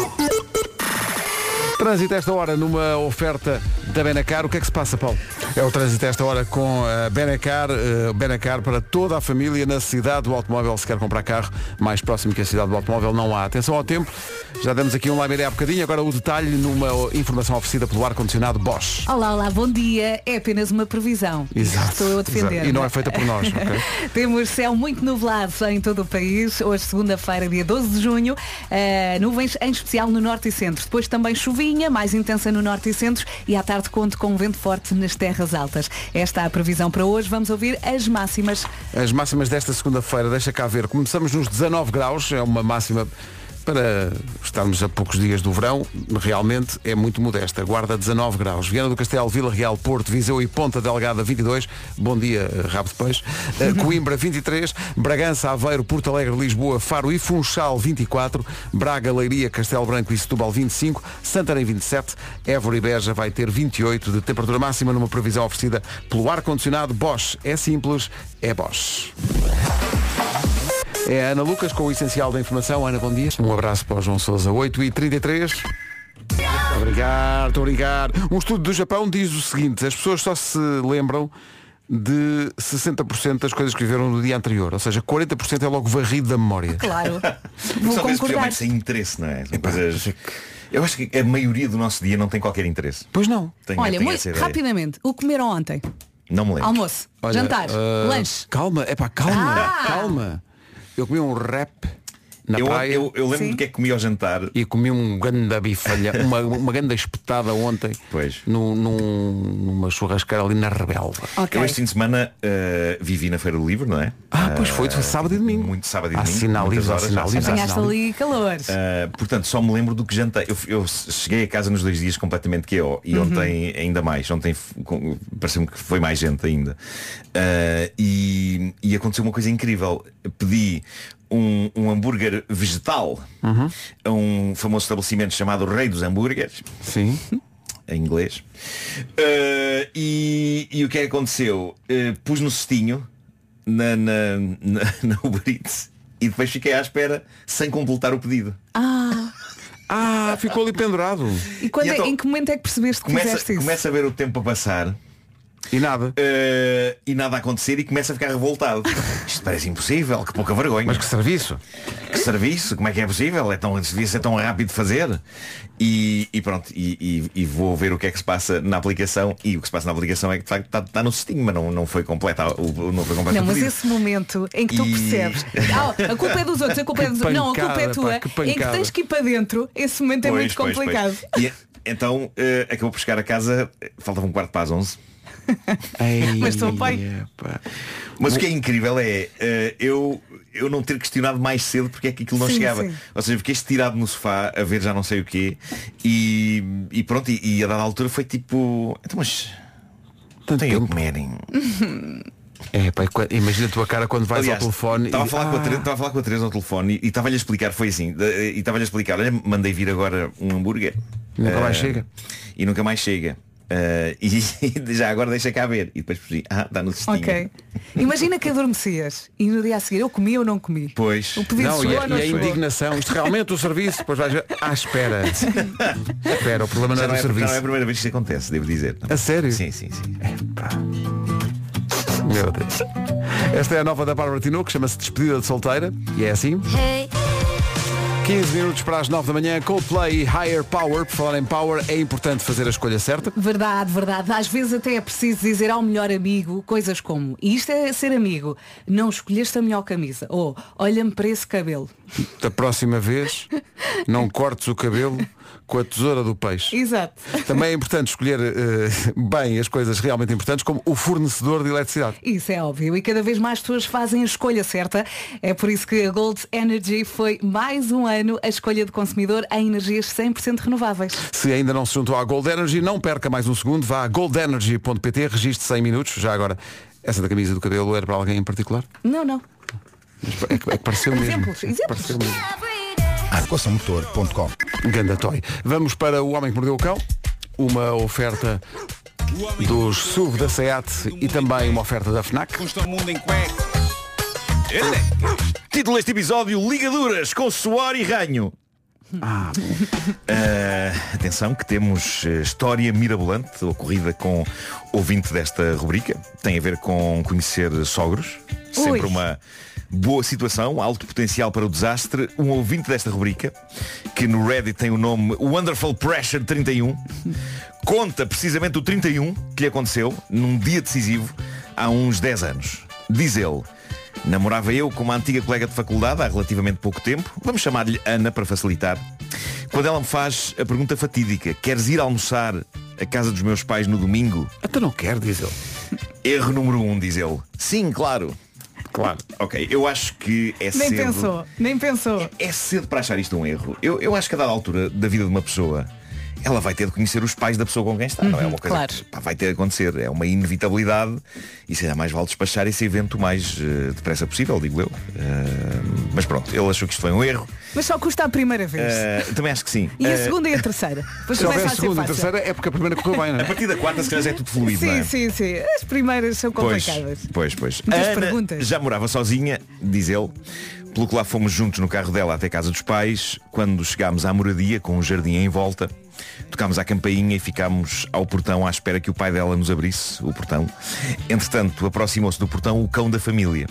G: Trânsito esta hora numa oferta da Benacar. O que é que se passa, Paulo? É o trânsito esta hora com a Benacar. eh, Benacar para toda a família na cidade do automóvel. Se quer comprar carro mais próximo que a cidade do automóvel, não há. Atenção ao tempo. Já demos aqui um Laimeiré há bocadinho. Agora o detalhe numa informação oferecida pelo ar-condicionado Bosch.
A: Olá, olá, bom dia. É apenas uma previsão. Estou eu a defender.
G: exato. E não é feita por nós, ok?
A: *laughs* Temos céu muito nublado em todo o país. Hoje, segunda-feira, dia 12 de junho. eh, nuvens, em especial no norte e centro. Depois também chuvinha, mais intensa no norte e centro. E à tarde conto com um vento forte nas terras altas. Esta é a previsão para hoje. Vamos ouvir as máximas.
G: As máximas desta segunda-feira, deixa cá ver. Começamos nos 19 graus, é uma máxima para estarmos a poucos dias do verão, realmente é muito modesta. Guarda 19 graus. Viana do Castelo, Vila Real, Porto, Viseu e Ponta Delgada 22. Bom dia, eh, rabo de peixe. Eh, Coimbra 23, Bragança, Aveiro, Porto Alegre, Lisboa, Faro e Funchal 24, Braga, Leiria, Castelo Branco e Setúbal 25, Santarém 27, Évora e Beja vai ter 28 de temperatura máxima numa previsão oferecida pelo ar-condicionado Bosch. É simples, é Bosch. É a Ana Lucas com o essencial da informação. Ana, bom dia. Um abraço para o João Souza, 8 e 33 Obrigado, estou a brincar. Um estudo do Japão diz o seguinte, as pessoas só se lembram de 60% das coisas que viveram no dia anterior, ou seja, 40% é logo varrido da memória. *laughs*
A: Claro. Vou
J: Só vezes
A: concordar.
J: realmente sem interesse, não é? São coisas- Eu acho que a maioria do nosso dia não tem qualquer interesse.
G: Pois não.
J: Tenho,
A: Olha,
J: tenho
A: muito
J: essa ideia.
A: rapidamente, o que comeram ontem?
J: Não me lembro.
A: Almoço,
G: Olha,
A: jantar,
G: ah,
A: lanche.
G: Calma, é pá, calma,
A: Ah!
G: calma. Eu comi um rap na
J: eu,
G: praia
J: eu, eu lembro
A: Sim.
J: do que é que comi ao jantar.
G: e comi um ganda bifalha, uma, uma ganda espetada ontem
J: Pois.
G: num- num- numa churrasqueira ali na Rebelva.
A: Ok.
J: Eu este fim de semana eh, vivi na Feira do Livro, não é?
G: Ah, pois foi, foi sábado e domingo.
J: Muito sábado e
A: Ah,
J: domingo. muitas
G: Assinaliza,
J: horas,
G: assinaliza.
J: assinaliza.
A: Apanhaste ali calores.
G: Eh,
J: Uh, portanto, só me lembro do que jantei. Eu, eu cheguei a casa nos dois dias completamente que eu e ontem ainda mais. Ontem f- com- pareceu-me que foi mais gente ainda. Uh, e, e aconteceu uma coisa incrível. Pedi um, um hambúrguer vegetal a um famoso estabelecimento chamado Rei dos Hambúrgueres
G: Sim.
J: em inglês. Uh, e, e o que é que aconteceu? Uh, pus no cestinho na, na, *laughs* na, na Uber Eats e depois fiquei à espera sem completar o pedido.
G: Ah, ficou ali pendurado.
A: E quando
J: E
A: é-
J: então-
A: em que momento é que percebeste que fizeste
J: Começa,
A: isso?
J: começa a ver o tempo a passar eh,
G: e nada.
J: e nada a acontecer e começa a ficar
A: *laughs*
J: revoltado. Isto parece impossível, que pouca vergonha.
G: Mas que serviço.
J: Que serviço, como é que é possível? É tão, devia ser tão rápido de fazer. E, e pronto, e, e- e vou ver o que é que se passa na aplicação. E o que se passa na aplicação é que de facto está, está no cestinho, mas não, não foi completa. o- Não foi completa
A: Não, mas esse momento em que tu
J: E- *laughs*
A: percebes "Ah, A culpa é dos outros, a culpa é dos outros Não, a culpa é
G: pancada,
A: tua
G: pá, que
A: Em que
G: pancada.
A: tens que ir para dentro Esse momento é
J: Pois,
A: muito
J: pois, pois.
A: complicado
J: E, então eh, acabou por chegar a casa, eh, faltava um quarto para as 11.
A: Mas teu pai-
G: epá.
J: Mas o que é incrível é eh, eu, eu não ter questionado mais cedo porque é que aquilo não
A: Sim,
J: chegava.
A: sim.
J: Ou seja, fiquei estirado no sofá a ver já não sei o quê. E, e pronto, e, e a dada altura foi tipo. Então mas
G: Tanto
J: tem eu
G: tempo.
J: comerem.
G: É, pá, e qua- imagina a tua cara quando vais ao telefone.
J: Estava
G: e-
J: a falar com a
G: Ah,
J: Teresa, estava a falar com a Teresa ao telefone e e estava-lhe a explicar, foi assim, de- e estava-lhe a explicar, olha, mandei vir agora um hambúrguer.
G: Nunca mais
J: Eh,
G: chega.
J: E nunca mais chega. Eh, *laughs* e, já agora deixa cá ver. E depois percebi, ah, está no cestinho.
A: Ok Imagina que adormecias E no dia a seguir eu comi ou não comi
J: Pois. é-
A: O pedido
G: Não, e,
A: chegou
G: a-
A: ou não
G: e a
A: chegou
G: indignação, isto realmente o serviço, depois vais ver,
J: *laughs*
G: ah, espera. espera, o problema não
J: Já não, é, já
G: é do
J: não é a
G: serviço. É
J: primeira vez que isso acontece, devo dizer.
G: A sério?
J: Sim, sim, sim.
G: Epá. Meu Deus. Esta é a nova da Bárbara Tinoco, chama-se Despedida de Solteira, e é assim. 15 minutos para as 9 da manhã, Coldplay e Higher Power. Por falar em Power, é importante fazer a escolha certa.
A: Verdade, verdade. Às vezes até é preciso dizer ao melhor amigo coisas como E isto é ser amigo Não escolheste a melhor camisa Ou olha-me para esse cabelo
G: Da próxima vez, não cortes o cabelo com a tesoura do peixe.
A: Exato
G: Também é importante escolher eh, bem as coisas realmente importantes, como o fornecedor de eletricidade.
A: Isso é óbvio e cada vez mais pessoas fazem a escolha certa. É por isso que a Gold Energy foi mais um ano a escolha de consumidor em energias 100% renováveis.
G: Se ainda não se juntou à Gold Energy, não perca mais um segundo. Vá a goldenergy.pt, registre 100 minutos. Já agora, essa da camisa do cabelo era para alguém em particular?
A: Não, não.
G: É que, é que pareceu mesmo.
A: Exemplos, exemplos.
G: Pareceu mesmo.
K: Arcoçãomotor.com
G: Ganda toy. Vamos para o Homem que Mordeu o Cão. Uma oferta dos SUV da SEAT e também uma oferta da FNAC.
L: Custa o mundo em cueca.
J: Título deste episódio, Ligaduras com suor e ranho. Ah, atenção que temos eh, história mirabolante ocorrida com ouvinte desta rubrica. Tem a ver com conhecer sogros. Sempre
A: Ui.
J: uma boa situação, alto potencial para o desastre. Um ouvinte desta rubrica, que no Reddit tem o nome Wonderful Pressure 31, conta precisamente o 31 que lhe aconteceu num dia decisivo há uns 10 anos. Diz ele, Namorava eu com uma antiga colega de faculdade há relativamente pouco tempo. Vamos chamar-lhe Ana para facilitar. Quando ela me faz a pergunta fatídica, queres ir almoçar à casa dos meus pais no domingo?
G: Até Então não quero, diz ele.
J: Erro número um, diz ele. Sim, claro. Claro. Ok, eu acho que é
A: Nem
J: cedo.
A: pensou, nem pensou.
J: É cedo para achar isto um erro. Eu, eu acho que a dada altura da vida de uma pessoa, ela vai ter de conhecer os pais da pessoa com quem está. não é uma coisa
A: Uhum, claro.
J: que pá, vai ter de acontecer. É uma inevitabilidade. E será mais vale despachar esse evento o mais eh, depressa possível, digo eu. Eh, mas pronto, ele achou que isto foi um erro.
A: Mas só custa a primeira vez.
J: Eh, também acho que sim.
A: E a
J: Eh,
A: segunda e a
J: *laughs*
A: terceira. Depois
G: Se houver
A: começa
G: a
A: a ser
G: segunda e
A: fácil.
G: terceira é porque a primeira correu bem, não
J: a
G: é?
J: partir da quarta, se calhar já é tudo fluido, não é?
A: Sim, sim, sim. As primeiras são
J: Pois,
A: complicadas.
J: pois, pois.
A: Muitas
J: A Ana
A: perguntas.
J: Já morava sozinha, diz ele, pelo que lá fomos juntos no carro dela até a casa dos pais, quando chegámos à moradia com um jardim em volta, tocámos à campainha e ficámos ao portão à espera que o pai dela nos abrisse o portão. Entretanto, aproximou-se do portão o cão da família,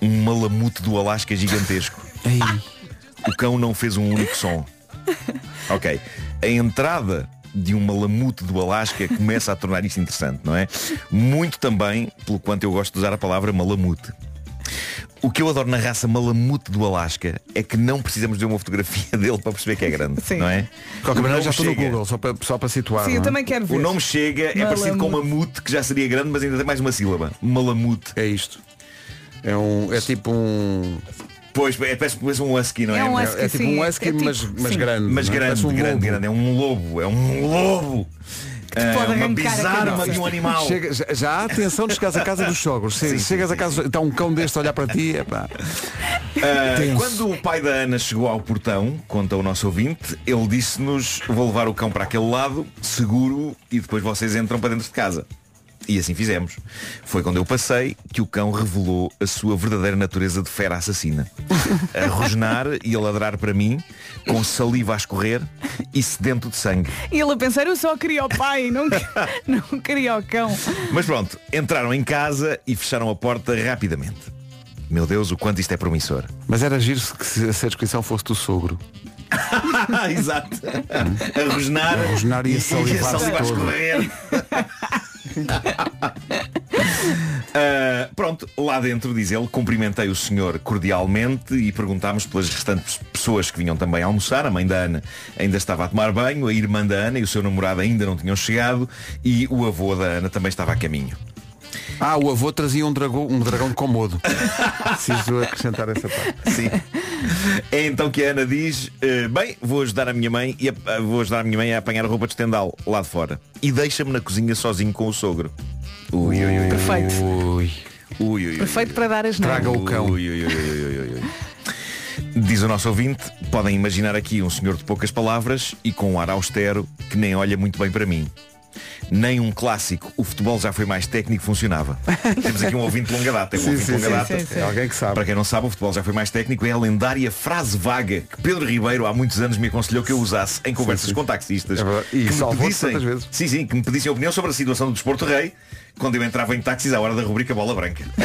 J: um malamute do Alasca gigantesco. O cão não fez um único som. Ok. A entrada de um malamute do Alasca começa a tornar isto interessante, não é? Muito também pelo quanto eu gosto de usar a palavra malamute. O que eu adoro na raça malamute do Alasca é que não precisamos de uma fotografia *laughs* dele para perceber que é grande,
A: Sim.
J: não é?
G: De qualquer
J: O
G: maneira já
J: nome
G: estou no
J: chega.
G: Google, só para, só para situar.
A: Sim, eu
G: não é?
A: também quero ver.
J: O nome chega, é parecido com
A: Malamute.
J: mamute, que já seria grande, mas ainda tem mais uma sílaba. Malamute.
G: É isto. É, um, é tipo um.
J: Pois, é, parece, parece um husky, não é?
A: É um
G: É,
A: Husky,
G: é tipo
A: sim,
G: um
A: é
G: husky,
A: tipo-
G: mas, mas
A: sim.
G: grande.
J: Mas
G: não é?
J: grande,
G: Parece um
J: grande,
G: lobo.
J: grande. É um lobo. É um lobo. Ah,
A: pode
J: uma
A: arrancar a
J: bizarra
A: cabeça.
J: de um animal.
G: Chega- já, já há atenção de chegares à casa dos sogros. Se,
J: Sim, sim,
G: chegas
J: sim,
G: a casa, está um cão deste a olhar para ti, epá.
J: Ah,
G: Tenso.
J: quando o pai da Ana chegou ao portão, conta o nosso ouvinte, ele disse-nos, vou levar o cão para aquele lado, seguro, e depois vocês entram para dentro de casa. E assim fizemos. Foi quando eu passei que o cão revelou a sua verdadeira natureza de fera assassina. A rosnar e a ladrar para mim, com saliva a escorrer e sedento de sangue.
E: E ele a pensar, eu só queria o
A: *laughs*
E: pai, não, que- não queria o cão.
J: Mas pronto, entraram em casa e fecharam a porta rapidamente. Meu Deus, o quanto isto é promissor.
G: Mas era giro se, que se- se a descrição fosse do sogro.
J: *laughs* Exato. A rosnar,
G: A rosnar e a salivar
J: a
G: todo.
J: escorrer. *laughs* Ah, pronto, lá dentro, diz ele, cumprimentei o senhor cordialmente e perguntámos pelas restantes pessoas que vinham também almoçar. A mãe da Ana ainda estava a tomar banho, a irmã da Ana e o seu namorado ainda não tinham chegado e o avô da Ana também estava a caminho.
G: Ah, o avô trazia um dragão, um dragão de comodo. Preciso acrescentar essa parte.
J: Sim. É então que a Ana diz, eh, bem, vou ajudar a minha mãe e a, a- vou ajudar a minha mãe a apanhar a roupa de estendal lá de fora. E deixa-me na cozinha sozinho com o sogro. Ui, ui, ui.
A: Perfeito.
G: Ui.
J: Ui, ui,
A: Perfeito para dar as neiras.
J: Ui, ui, ui, ui, ui, ui, ui. Diz o nosso ouvinte, podem imaginar aqui um senhor de poucas palavras e com um ar austero que nem olha muito bem para mim. Nem um clássico, o futebol já foi mais técnico,
G: *laughs*
J: funcionava. Temos aqui um ouvinte de longa data. É um
G: Sim,
J: ouvinte de
G: sim,
J: longa
G: sim,
J: data.
G: sim, sim. É alguém que sabe.
J: Para quem não sabe, o futebol já foi mais técnico, é a lendária frase vaga que Pedro Ribeiro há muitos anos me aconselhou que eu usasse em conversas com taxistas.
G: É
J: que
G: E
J: me
G: salvou-se
J: pedissem-
G: tantas vezes.
J: Sim, sim, que me pedissem opinião sobre a situação do desporto rei quando eu entrava em táxis à hora da rubrica Bola Branca. *laughs*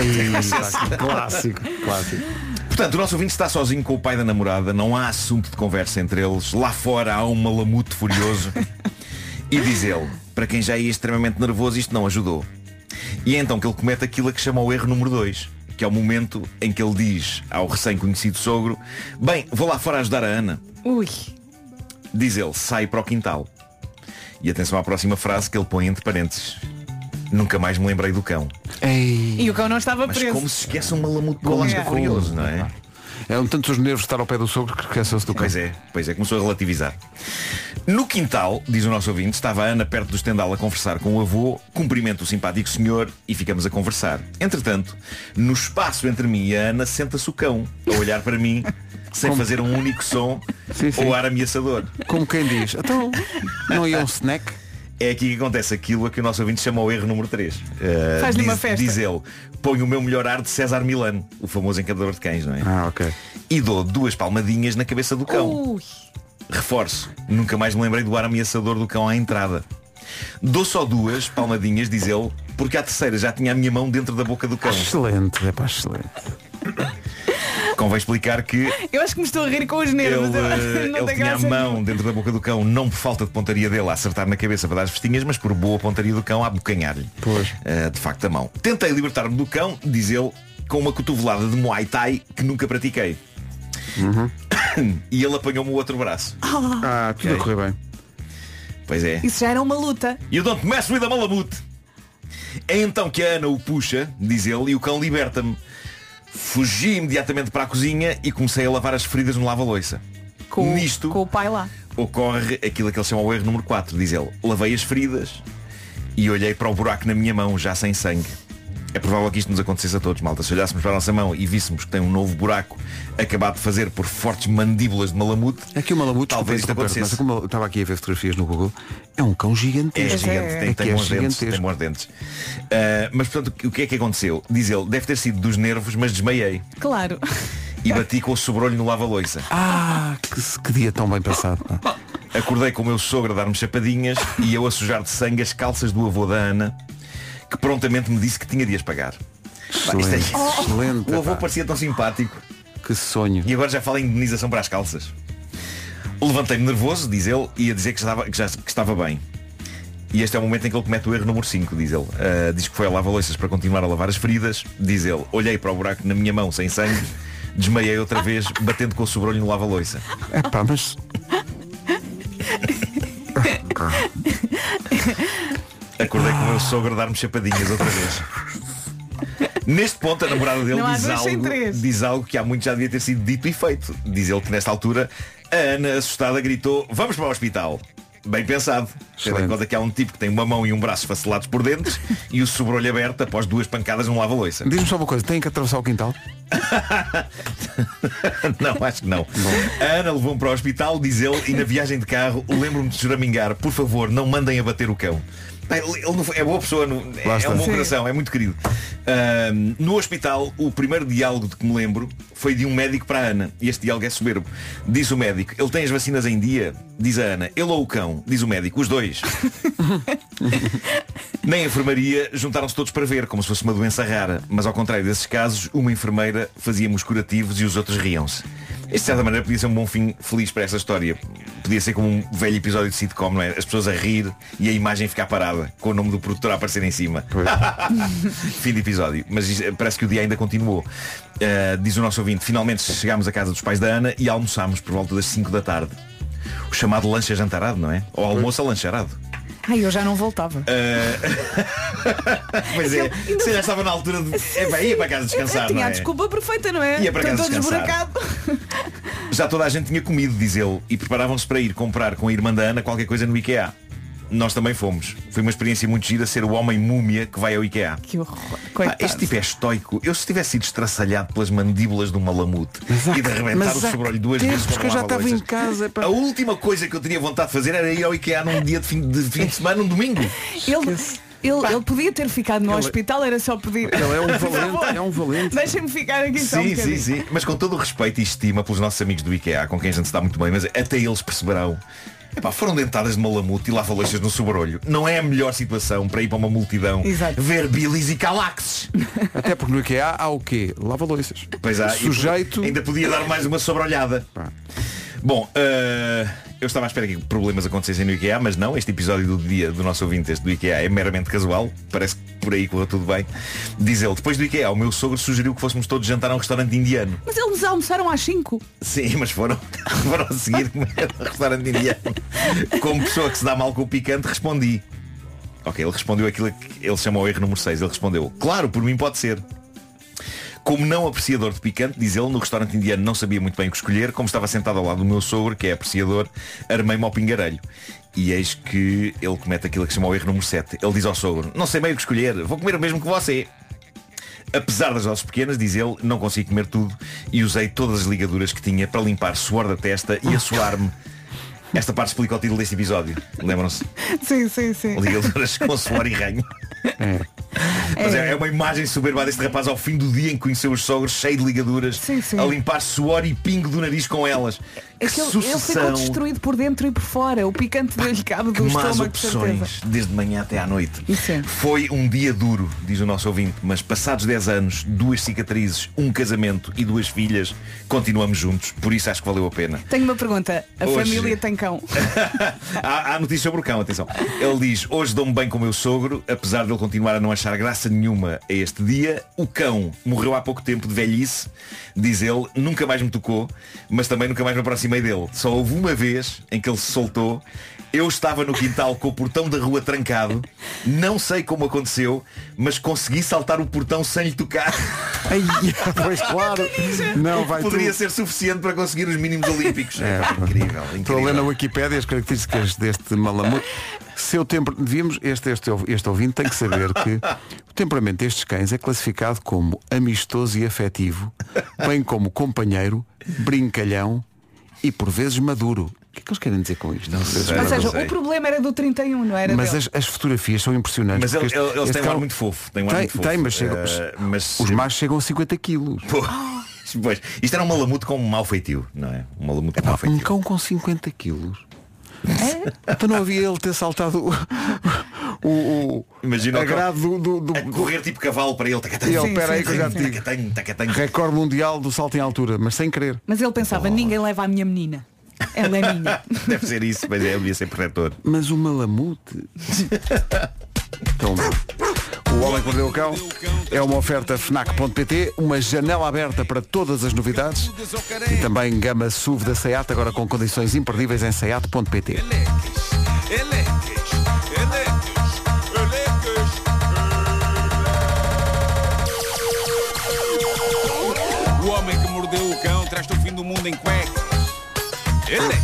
G: clássico, clássico.
J: Portanto, o nosso ouvinte está sozinho com o pai da namorada, não há assunto de conversa entre eles, lá fora há um malamute furioso. e diz ele, para quem já ia extremamente nervoso, isto não ajudou. E é então que ele comete aquilo a que chama o erro número 2, que é o momento em que ele diz ao recém-conhecido sogro, bem, vou lá fora ajudar a Ana.
E: Ui.
J: Diz ele, sai para o quintal. E atenção à próxima frase que ele põe entre parênteses. Nunca mais me lembrei do cão.
E: E o cão não estava
J: Mas
E: preso.
J: como se esquece um malamute colasco
E: É.
J: furioso, não é?
G: É um tanto os nervos de estar ao pé do sogro que esqueceu-se do cão.
J: Pois é, pois é, começou a relativizar. No quintal, diz o nosso ouvinte, estava a Ana perto do estendal a conversar com o avô, cumprimento o simpático senhor e ficamos a conversar. Entretanto, no espaço entre mim e a Ana, senta-se o cão a olhar para mim sem fazer um único som
G: Sim, sim.
J: ou ar ameaçador.
G: Como quem diz, então não ia um snack?
J: É aqui que acontece aquilo a que o nosso ouvinte chama o erro número 3.
E: Faz-lhe
J: diz,
E: uma festa.
J: Diz ele, põe o meu melhor ar de César Milano, o famoso encantador de cães, não é?
G: Ah, ok.
J: E dou duas palmadinhas na cabeça do cão.
E: Ui.
J: Reforço, nunca mais me lembrei do ar ameaçador do cão à entrada. Dou só duas palmadinhas, diz ele, porque a terceira já tinha a minha mão dentro da boca do cão.
G: Excelente, é pá, excelente.
J: Convém explicar que
E: *laughs*
J: ele,
E: Eu acho que me estou a rir com os
J: eh,
E: nervos.
J: ele,
E: Ah. não tem
J: tinha a
E: graça
J: mão
E: nenhuma.
J: dentro da boca do cão, não por falta de pontaria dele a acertar na cabeça para dar as festinhas, mas por boa pontaria do cão a abocanhar-lhe.
G: Pois.
J: eh, de facto a mão. Tentei libertar-me do cão, diz ele, com uma cotovelada de Muay Thai que nunca pratiquei. *coughs* e ele apanhou-me o outro braço.
G: Ah, tudo a correr bem.
J: Pois é.
E: Isso já era uma luta.
J: You don't mess with a malamute. É então que a Ana o puxa, diz ele, e o cão liberta-me. Fugi imediatamente para a cozinha e comecei a lavar as feridas no lava-loiça.
E: Com, o-
J: Nisto
E: com o pai lá.
J: ocorre aquilo que ele chama o erro número 4, diz ele. Lavei as feridas e olhei para o buraco na minha mão, já sem sangue. É provável que isto nos acontecesse a todos, malta. Se olhássemos para a nossa mão e víssemos que tem um novo buraco acabado de fazer por fortes mandíbulas de malamute,
G: Aqui É o malamute,
J: Talvez
G: desculpa,
J: isto
G: interromper-te, mas é
J: acontecesse.
G: como eu estava aqui a ver fotografias no Google, é um cão
J: É
G: gigantesco.
J: gigante, tem, tem
G: É que é
J: bons dentes,
G: gigantesco.
J: tem bons dentes. Ah, mas portanto, o que é que aconteceu? Diz ele, deve ter sido dos nervos, mas desmaiei.
E: Claro.
J: E bati com o sobrolho no lava-loiça.
G: Ah, que, que dia tão bem passado. pá.
J: Acordei com o meu sogro a dar-me chapadinhas e eu a sujar de sangue as calças do avô da Ana, que prontamente me disse que tinha de as pagar. Pá, isto é-
G: Excelente, excelente.
J: O avô
G: pá.
J: parecia tão simpático.
G: Que sonho.
J: E agora já fala em indenização para as calças. Levantei-me nervoso, diz ele, e a dizer que estava, que já- que estava bem. E este é o momento em que ele comete o erro número 5, diz ele. Ah, diz que foi a lava-loiças para continuar a lavar as feridas, diz ele. Olhei para o buraco na minha mão sem sangue, desmaiei outra vez, batendo com o sobrolho no lava-loiça.
G: É pá, mas
J: Acordei com o meu sogro a dar-me chapadinhas outra vez. Neste ponto, a namorada dele
E: Não há
J: diz
E: dois sem
J: algo,
E: três.
J: diz algo que há muito já devia ter sido dito e feito. Diz ele que nesta altura a Ana, assustada, gritou Vamos para o hospital. Bem pensado. Tendo em
G: Excelente.
J: conta que há um tipo que tem uma mão e um braço facelados por dentes e o sobrolho aberto após duas pancadas num lava-loiça.
G: diz-me só uma coisa, tem que atravessar o quintal?
J: *laughs* não, acho que não. A Ana levou-me para o hospital, diz ele, e na viagem de carro lembro-me de choramingar, por favor, não mandem abater o cão. Pá, Ele ele não foi- é boa pessoa, não-
G: Lá
J: é
G: está.
J: um bom
G: Sim.
J: coração, é muito querido. Ahm, no hospital, o primeiro diálogo de que me lembro foi de um médico para a Ana. E este diálogo é soberbo. Diz o médico, ele tem as vacinas em dia? Diz a Ana, ele ou o cão? Diz o médico, os dois. Na enfermaria juntaram-se todos para ver, como se fosse uma doença rara. Mas ao contrário desses casos, uma enfermeira fazia os curativos e os outros riam-se. Este, de certa maneira, podia ser um bom fim feliz para esta história. Podia ser como um velho episódio de sitcom, não é? As pessoas a rir e a imagem ficar parada, com o nome do produtor a aparecer em cima. *laughs* Fim de episódio. Mas isto- eh, parece que o dia ainda continuou. Uh, diz o nosso ouvinte, finalmente chegámos à casa dos pais da Ana e almoçámos por volta das 5 da tarde. O chamado lancha jantarado, não é? Ou almoço a lancharado.
E: Ai, eu já não voltava.
J: Ah, pois é, você já estava na altura de. É para ir para casa descansar,
E: Eu tinha
J: não
E: a
J: é?
E: desculpa perfeita, não é?
J: Ia para
E: Estou
J: casa
E: todo
J: descansar.
E: esburacado.
J: Já toda a gente tinha comido, diz ele, e preparavam-se para ir comprar com a irmã da Ana qualquer coisa no IKEA. Nós também fomos. Foi uma experiência muito gira ser o homem múmia que vai ao IKEA.
E: *laughs* Que horror.
J: Pá, este tipo é estoico. Eu se tivesse sido estraçalhado pelas mandíbulas de uma lamute e de arrebentar
G: mas
J: o
G: há
J: sobrolho duas
G: tempos
J: vezes
G: que eu já
J: arrumava
G: estava em
J: coisas.
G: casa,
J: A última coisa que eu tinha vontade de fazer era ir ao IKEA num dia de fim de, fim de semana, um domingo.
E: Ele, ele, ele podia ter ficado no hospital, era só pedir. *laughs*
J: Ele
G: *laughs*
J: é um
E: Por
J: valente,
E: favor,
J: é um valente.
E: Deixem-me ficar aqui só um
J: Sim, sim,
E: bocadinho.
J: sim. Mas com todo o respeito e estima pelos nossos amigos do IKEA, com quem a gente se dá muito bem, mas até eles perceberão. Epá, foram dentadas de malamute e lava-leixas no sobrolho. Não é a melhor situação para ir para uma multidão
G: Exato.
J: ver bilis e calaxes.
G: Até porque no IKEA há o quê? Lava loiças.
J: Pois há, e
G: Sujeito.
J: Ainda podia dar mais uma sobrolhada. Bom, eh, eu estava à espera que problemas acontecessem no IKEA, mas não, este episódio do dia do nosso ouvinte, este do IKEA, é meramente casual. Parece que por aí correu tudo bem. Diz ele, depois do IKEA, o meu sogro sugeriu que fôssemos todos jantar a um restaurante indiano.
E: Mas eles almoçaram às 5.
J: Sim, mas foram, *laughs* foram a seguir *laughs* comer no restaurante indiano. Como pessoa que se dá mal com o picante, respondi. Ok, ele respondeu aquilo que ele chamou erro número 6. Ele respondeu, claro, por mim pode ser. Como não apreciador de picante, diz ele, no restaurante indiano não sabia muito bem o que escolher, como estava sentado ao lado do meu sogro, que é apreciador, armei-me ao pingarelho. E eis que ele comete aquilo que se chama o erro número 7. Ele diz ao sogro, não sei bem o que escolher, vou comer o mesmo que você. Apesar das doses pequenas, diz ele, não consigo comer tudo e usei todas as ligaduras que tinha para limpar suor da testa e assoar-me. Esta parte explica o título deste episódio. Lembram-se?
E: Sim, sim, sim.
J: Ligaduras com suor e ranho. Mas é, é uma imagem soberba deste rapaz ao fim do dia em que conheceu os sogros cheio de ligaduras a limpar suor e pingo do nariz com elas.
E: É
J: que
E: que ele, ele ficou
J: sucessão,
E: destruído por dentro e por fora. O picante deu-lhe cabo
J: que
E: do
J: más
E: estômago, de certeza.
J: opções, desde de manhã até à noite.
E: Isso é.
J: Foi um dia duro, diz o nosso ouvinte, mas passados 10 anos, duas cicatrizes, um casamento e duas filhas, continuamos juntos, por isso acho que valeu a pena.
E: Tenho uma pergunta. A
J: Hoje-
E: família tem cão.
J: *laughs* há, há notícia sobre o cão, atenção. Ele diz, hoje dou-me bem com o meu sogro, apesar de ele continuar a não achar graça nenhuma a este dia. O cão morreu há pouco tempo de velhice, diz ele, nunca mais me tocou, mas também nunca mais me aproximei dele. Só houve uma vez em que ele se soltou. Eu estava no quintal com o portão da rua trancado, não sei como aconteceu, mas consegui saltar o portão sem lhe tocar.
G: *laughs* Ai,
J: *laughs*
G: pois claro. Não, vai
J: Poderia
G: tu.
J: ser suficiente para conseguir os mínimos olímpicos.
G: É,
J: incrível,
G: Estou a ler na Wikipédia as características deste malamute. Seu tempo, devíamos, este, este, este ouvinte tem que saber que o temperamento destes cães é classificado como amistoso e afetivo, bem como companheiro, brincalhão e por vezes maduro. O que é que eles querem dizer com isto? Não
E: Ou
A: é
E: seja, o problema era do 31, não era
G: Mas
E: dele.
G: as, as fotografias são impressionantes.
J: Mas ele-
G: porque
J: ele- eles têm um
G: cão-
J: ar muito fofo, têm um ar
G: tem,
J: muito fofo.
G: tem, mas, chegam-
J: Eh, mas-
G: os machos chegam a 50 quilos.
J: Pois, *laughs*
G: *laughs*
J: pois. Isto era um malamute com um mau feitio, não é? Um malamute com um mau feitio.
G: Um cão com 50 quilos.
E: É?
G: Então não havia ele ter saltado o, o,
J: Imagina
G: a
J: o cão
G: grade do, do, do-
J: a correr tipo cavalo para ele.
G: E ele, "Pera aí que eu já te digo."
J: Tacatanho, tacatanho.
G: recorde mundial do salto em altura, mas sem querer.
E: Mas ele pensava, ninguém leva a minha menina. Ela é minha.
J: Deve ser isso, mas é, devia ser protetor.
G: Mas o malamute. *laughs* Então, o Homem que Mordeu o Cão é uma oferta FNAC.pt, uma janela aberta para todas as novidades e também gama SUV da SEAT, agora com condições imperdíveis em SEAT.pt.
L: O homem que mordeu o cão traz-te o fim do mundo em cuecas. Ele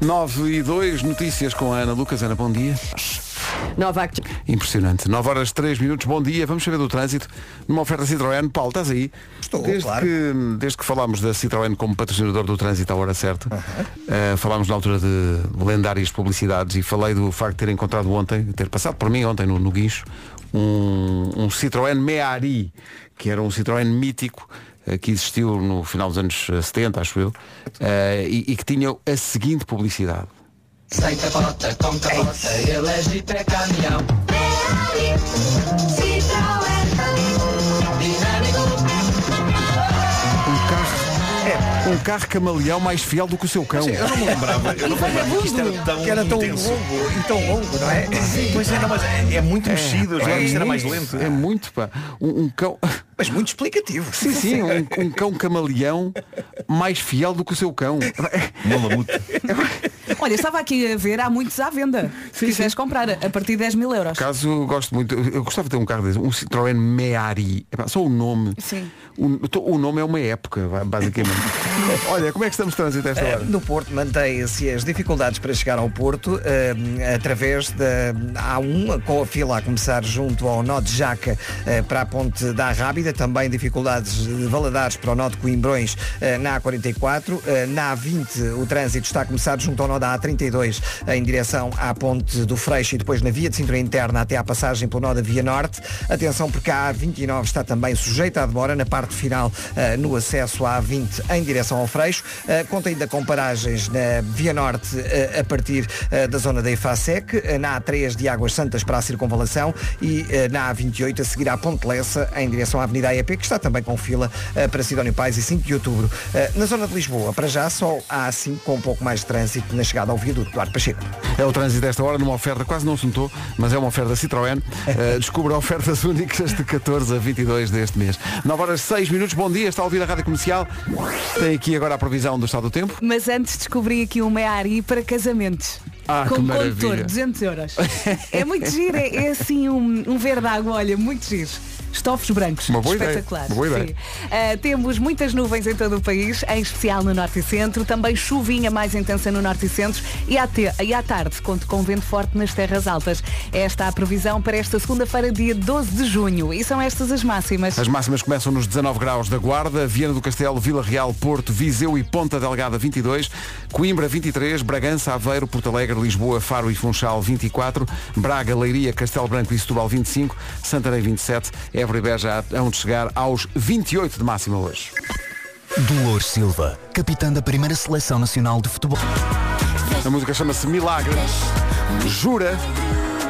G: 9 e 2, notícias com a Ana Lucas. Ana, bom dia.
M: Nova
G: Impressionante. 9 horas 3 minutos, bom dia. Vamos saber do trânsito. Numa oferta Citroën. Paulo, estás aí?
C: Estou,
G: desde
C: claro.
G: Que, desde que falámos da Citroën como patrocinador do trânsito à hora certa, eh, falámos na altura de lendárias publicidades e falei do facto de ter encontrado ontem, ter passado por mim ontem no, no guincho, um, um Citroën Meari, que era um Citroën mítico eh, que existiu no final dos anos eh, 70, acho eu, eh, e- e que tinha a seguinte publicidade.
B: Seita bota, conta bota, elege pré-caminhão.
G: Um carro, um carro camaleão mais fiel do que o seu cão.
J: Eu não me lembrava, eu não me lembrava que isto era tão
C: Que era tão
J: intenso.
C: longo e tão longo, não é?
J: Pois é, não, mas é, é muito
G: *laughs*
J: mexido, eu jurava que isto era mais lento.
G: É muito, pá. Um, um *laughs* cão.
C: Mas muito explicativo.
G: Sim, sim, um, um cão camaleão mais fiel do que o seu *laughs* cão.
J: Malamute.
A: Olha, estava aqui a ver, há muitos à venda. Se quiseres comprar a partir de 10 mil euros.
G: Caso gosto muito, eu gostava de ter um carro desse, um Citroën Meari. Epá, Só o nome.
A: Sim.
G: O, o nome é uma época, ba- basicamente. *laughs* Olha, como é que estamos de trânsito a esta
C: Eh,
G: hora?
C: No Porto mantém-se as dificuldades para chegar ao Porto eh, através da A1, com a fila a começar junto ao nó de Jaca eh, para a ponte da Rábida, também dificuldades de Valadares para o nó de Coimbrões eh, na A44, eh, na A20 o trânsito está a começar junto ao nó da A32 em direção à ponte do Freixo e depois na via de cintura interna até à passagem pelo nó da Via Norte. Atenção porque a A29 está também sujeita à demora na parte final eh, no acesso à A20 em direção ao Freixo. Eh, conta ainda com paragens na Via Norte eh, a partir eh, da zona da EFASEC, eh, na A3 de Águas Santas para a Circunvalação e eh, na A28 a seguir à Ponte Lessa em direção à Avenida AEP, que está também com fila eh, para Sidónio Pais e 5 de Outubro. Eh, na zona de Lisboa, para já, só há assim com um pouco mais de trânsito na chegada ao viaduto do Arco Pacheco.
G: É o trânsito desta hora numa oferta, quase não se notou, mas é uma oferta *laughs* Citroën. Eh, descubra ofertas únicas de 14 a 22 deste mês. 9 horas 6 minutos, bom dia, está a ouvir a Rádio Comercial. Tem aqui agora a previsão do estado do tempo.
A: Mas antes descobri aqui um Meari para casamentos.
G: Ah,
A: com um
G: que
A: condutor,
G: maravilha.
A: 200
G: *laughs*
A: euros. é muito giro, é, é assim um, um verde água, olha, muito giro. Estofos brancos,
G: Uma boa ideia,
A: espetacular.
G: uma boa ideia.
A: sim. Ah, temos muitas nuvens em todo o país, em especial no Norte e Centro, também chuvinha mais intensa no Norte e Centro e à, te- e à tarde conto com vento forte nas terras altas. Esta é a previsão para esta segunda-feira, dia 12 de junho. E são estas as máximas.
G: As máximas começam nos 19 graus da Guarda, Viana do Castelo, Vila Real, Porto, Viseu e Ponta Delgada 22, Coimbra 23, Bragança, Aveiro, Porto Alegre, Lisboa, Faro e Funchal 24, Braga, Leiria, Castelo Branco e Setúbal 25, Santarém 27, Évora e Beja hão de chegar aos 28 de máxima hoje.
N: Dolores Silva, capitã da primeira seleção nacional de futebol.
G: A música chama-se Milagre. Jura?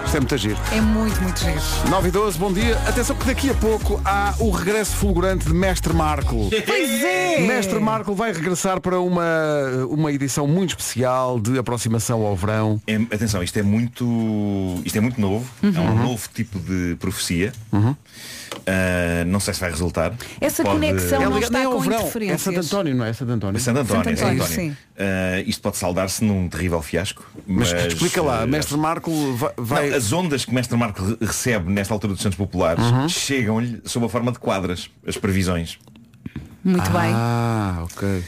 G: Isto é muito giro.
A: É muito, muito giro.
G: 9 e 12, bom dia. Atenção que daqui a pouco há o regresso fulgurante de Mestre Marco.
A: Pois é!
G: Mestre Marco vai regressar para uma, uma edição muito especial de aproximação ao verão.
J: É- atenção, isto é muito. Isto é muito novo.
A: Uhum.
J: É um novo tipo de profecia. Ah, não sei se vai resultar.
A: Essa conexão não É ligado- está nem ao com verão, interferências. é Santo António,
G: não é? Santo António.
J: Santo António,
G: Santo
J: é Santo
G: António,
J: António. Ah, isto pode saldar-se num terrível fiasco. ah,
G: Mas explica lá, Mestre Marco va- vai.
J: eh, Não, as ondas que Mestre Marco re- recebe nesta altura dos Santos Populares
G: Uhum.
J: chegam-lhe sob a forma de quadras, as previsões.
A: Muito bem.
G: Ah, ok.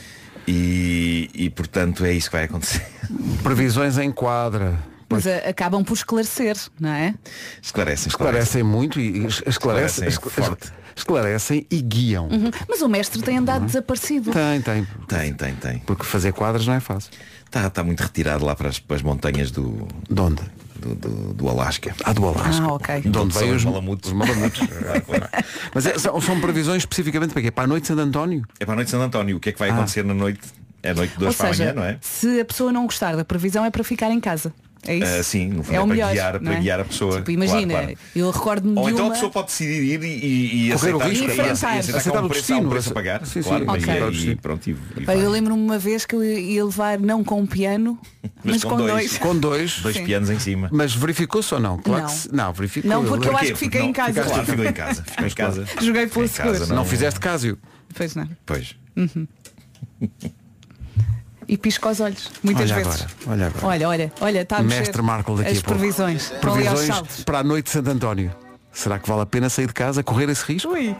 J: E, e, portanto é isso que vai acontecer. *laughs*
G: Previsões em quadra.
A: Mas a- acabam por esclarecer, não é?
J: Esclarecem,
G: Esclarecem muito e es-
J: Esclarecem
G: esclarecem, escl-
J: forte.
G: esclarecem e guiam.
A: Uhum. Mas o mestre tem andado desaparecido.
G: Tem, tem.
J: Tem, tem, tem.
G: Porque fazer quadras não é fácil.
J: Está tá muito retirado lá para as, para as montanhas do.
G: De onde?
J: Do, do, do Alasca.
G: Ah, do Alasca.
A: Ah, ok.
G: De onde
J: são
G: vêm os
J: malamutes.
G: os
A: *laughs*
G: malamutes. Mas é- são, são previsões especificamente para quê? Para a noite de Santo António?
J: É para a noite de Santo António. O que é que
A: Ah.
J: vai acontecer na noite? É a noite de
A: Ou
J: 2 para
A: seja,
J: amanhã, não é?
A: se a pessoa não gostar da previsão é para ficar em casa. É isso?
J: Ah, sim, no fundo
A: é
J: é
A: o
J: para
A: melhor,
J: guiar-
A: não
J: para
A: é?
J: guiar a pessoa,
A: Tipo, imagina,
J: claro, claro.
A: eu recordo-me
J: Ou
A: de
J: então
A: uma...
J: a pessoa pode decidir ir e,
A: Correr
J: e
A: o
J: aceitar,
A: risco.
J: e aceitar,
A: Enfrentar.
J: e aceitar,
A: Aceitar
J: que há um
A: o
J: preço, há um
A: destino.
J: preço a pagar.
A: Sim, sim.
J: claro,
A: Ok.
J: e-
A: Aceitar o
J: e,
A: destino.
J: pronto. E, e
A: Pá,
J: vai.
A: eu lembro-me uma vez que eu ia levar não com um piano, mas, com, dois.
G: Com dois.
J: Dois
A: Sim.
J: pianos em cima.
G: Mas verificou-se ou não? Claro
A: Não.
G: que se- Não, verificou.
A: Não, porque eu acho
G: Porquê?
A: que fiquei em
G: Porque não-
A: casa.
J: Claro,
G: ficaste-
J: ficou em casa. Ficou em casa.
A: *laughs* Joguei pelo
J: Em casa,
A: seguro.
G: Não fizeste Cásio.
A: Pois não.
J: Pois.
A: Uhum. E pisco aos olhos, muitas
G: Olha
A: vezes.
G: agora, olha agora.
A: Olha, olha, olha, está a mexer
G: Mestre Marco daqui
A: as
G: a pouco.
A: previsões. Vão ali aos saltos.
G: Previsões para a noite de Santo António. Será que vale a pena sair de casa, correr esse risco? Ui.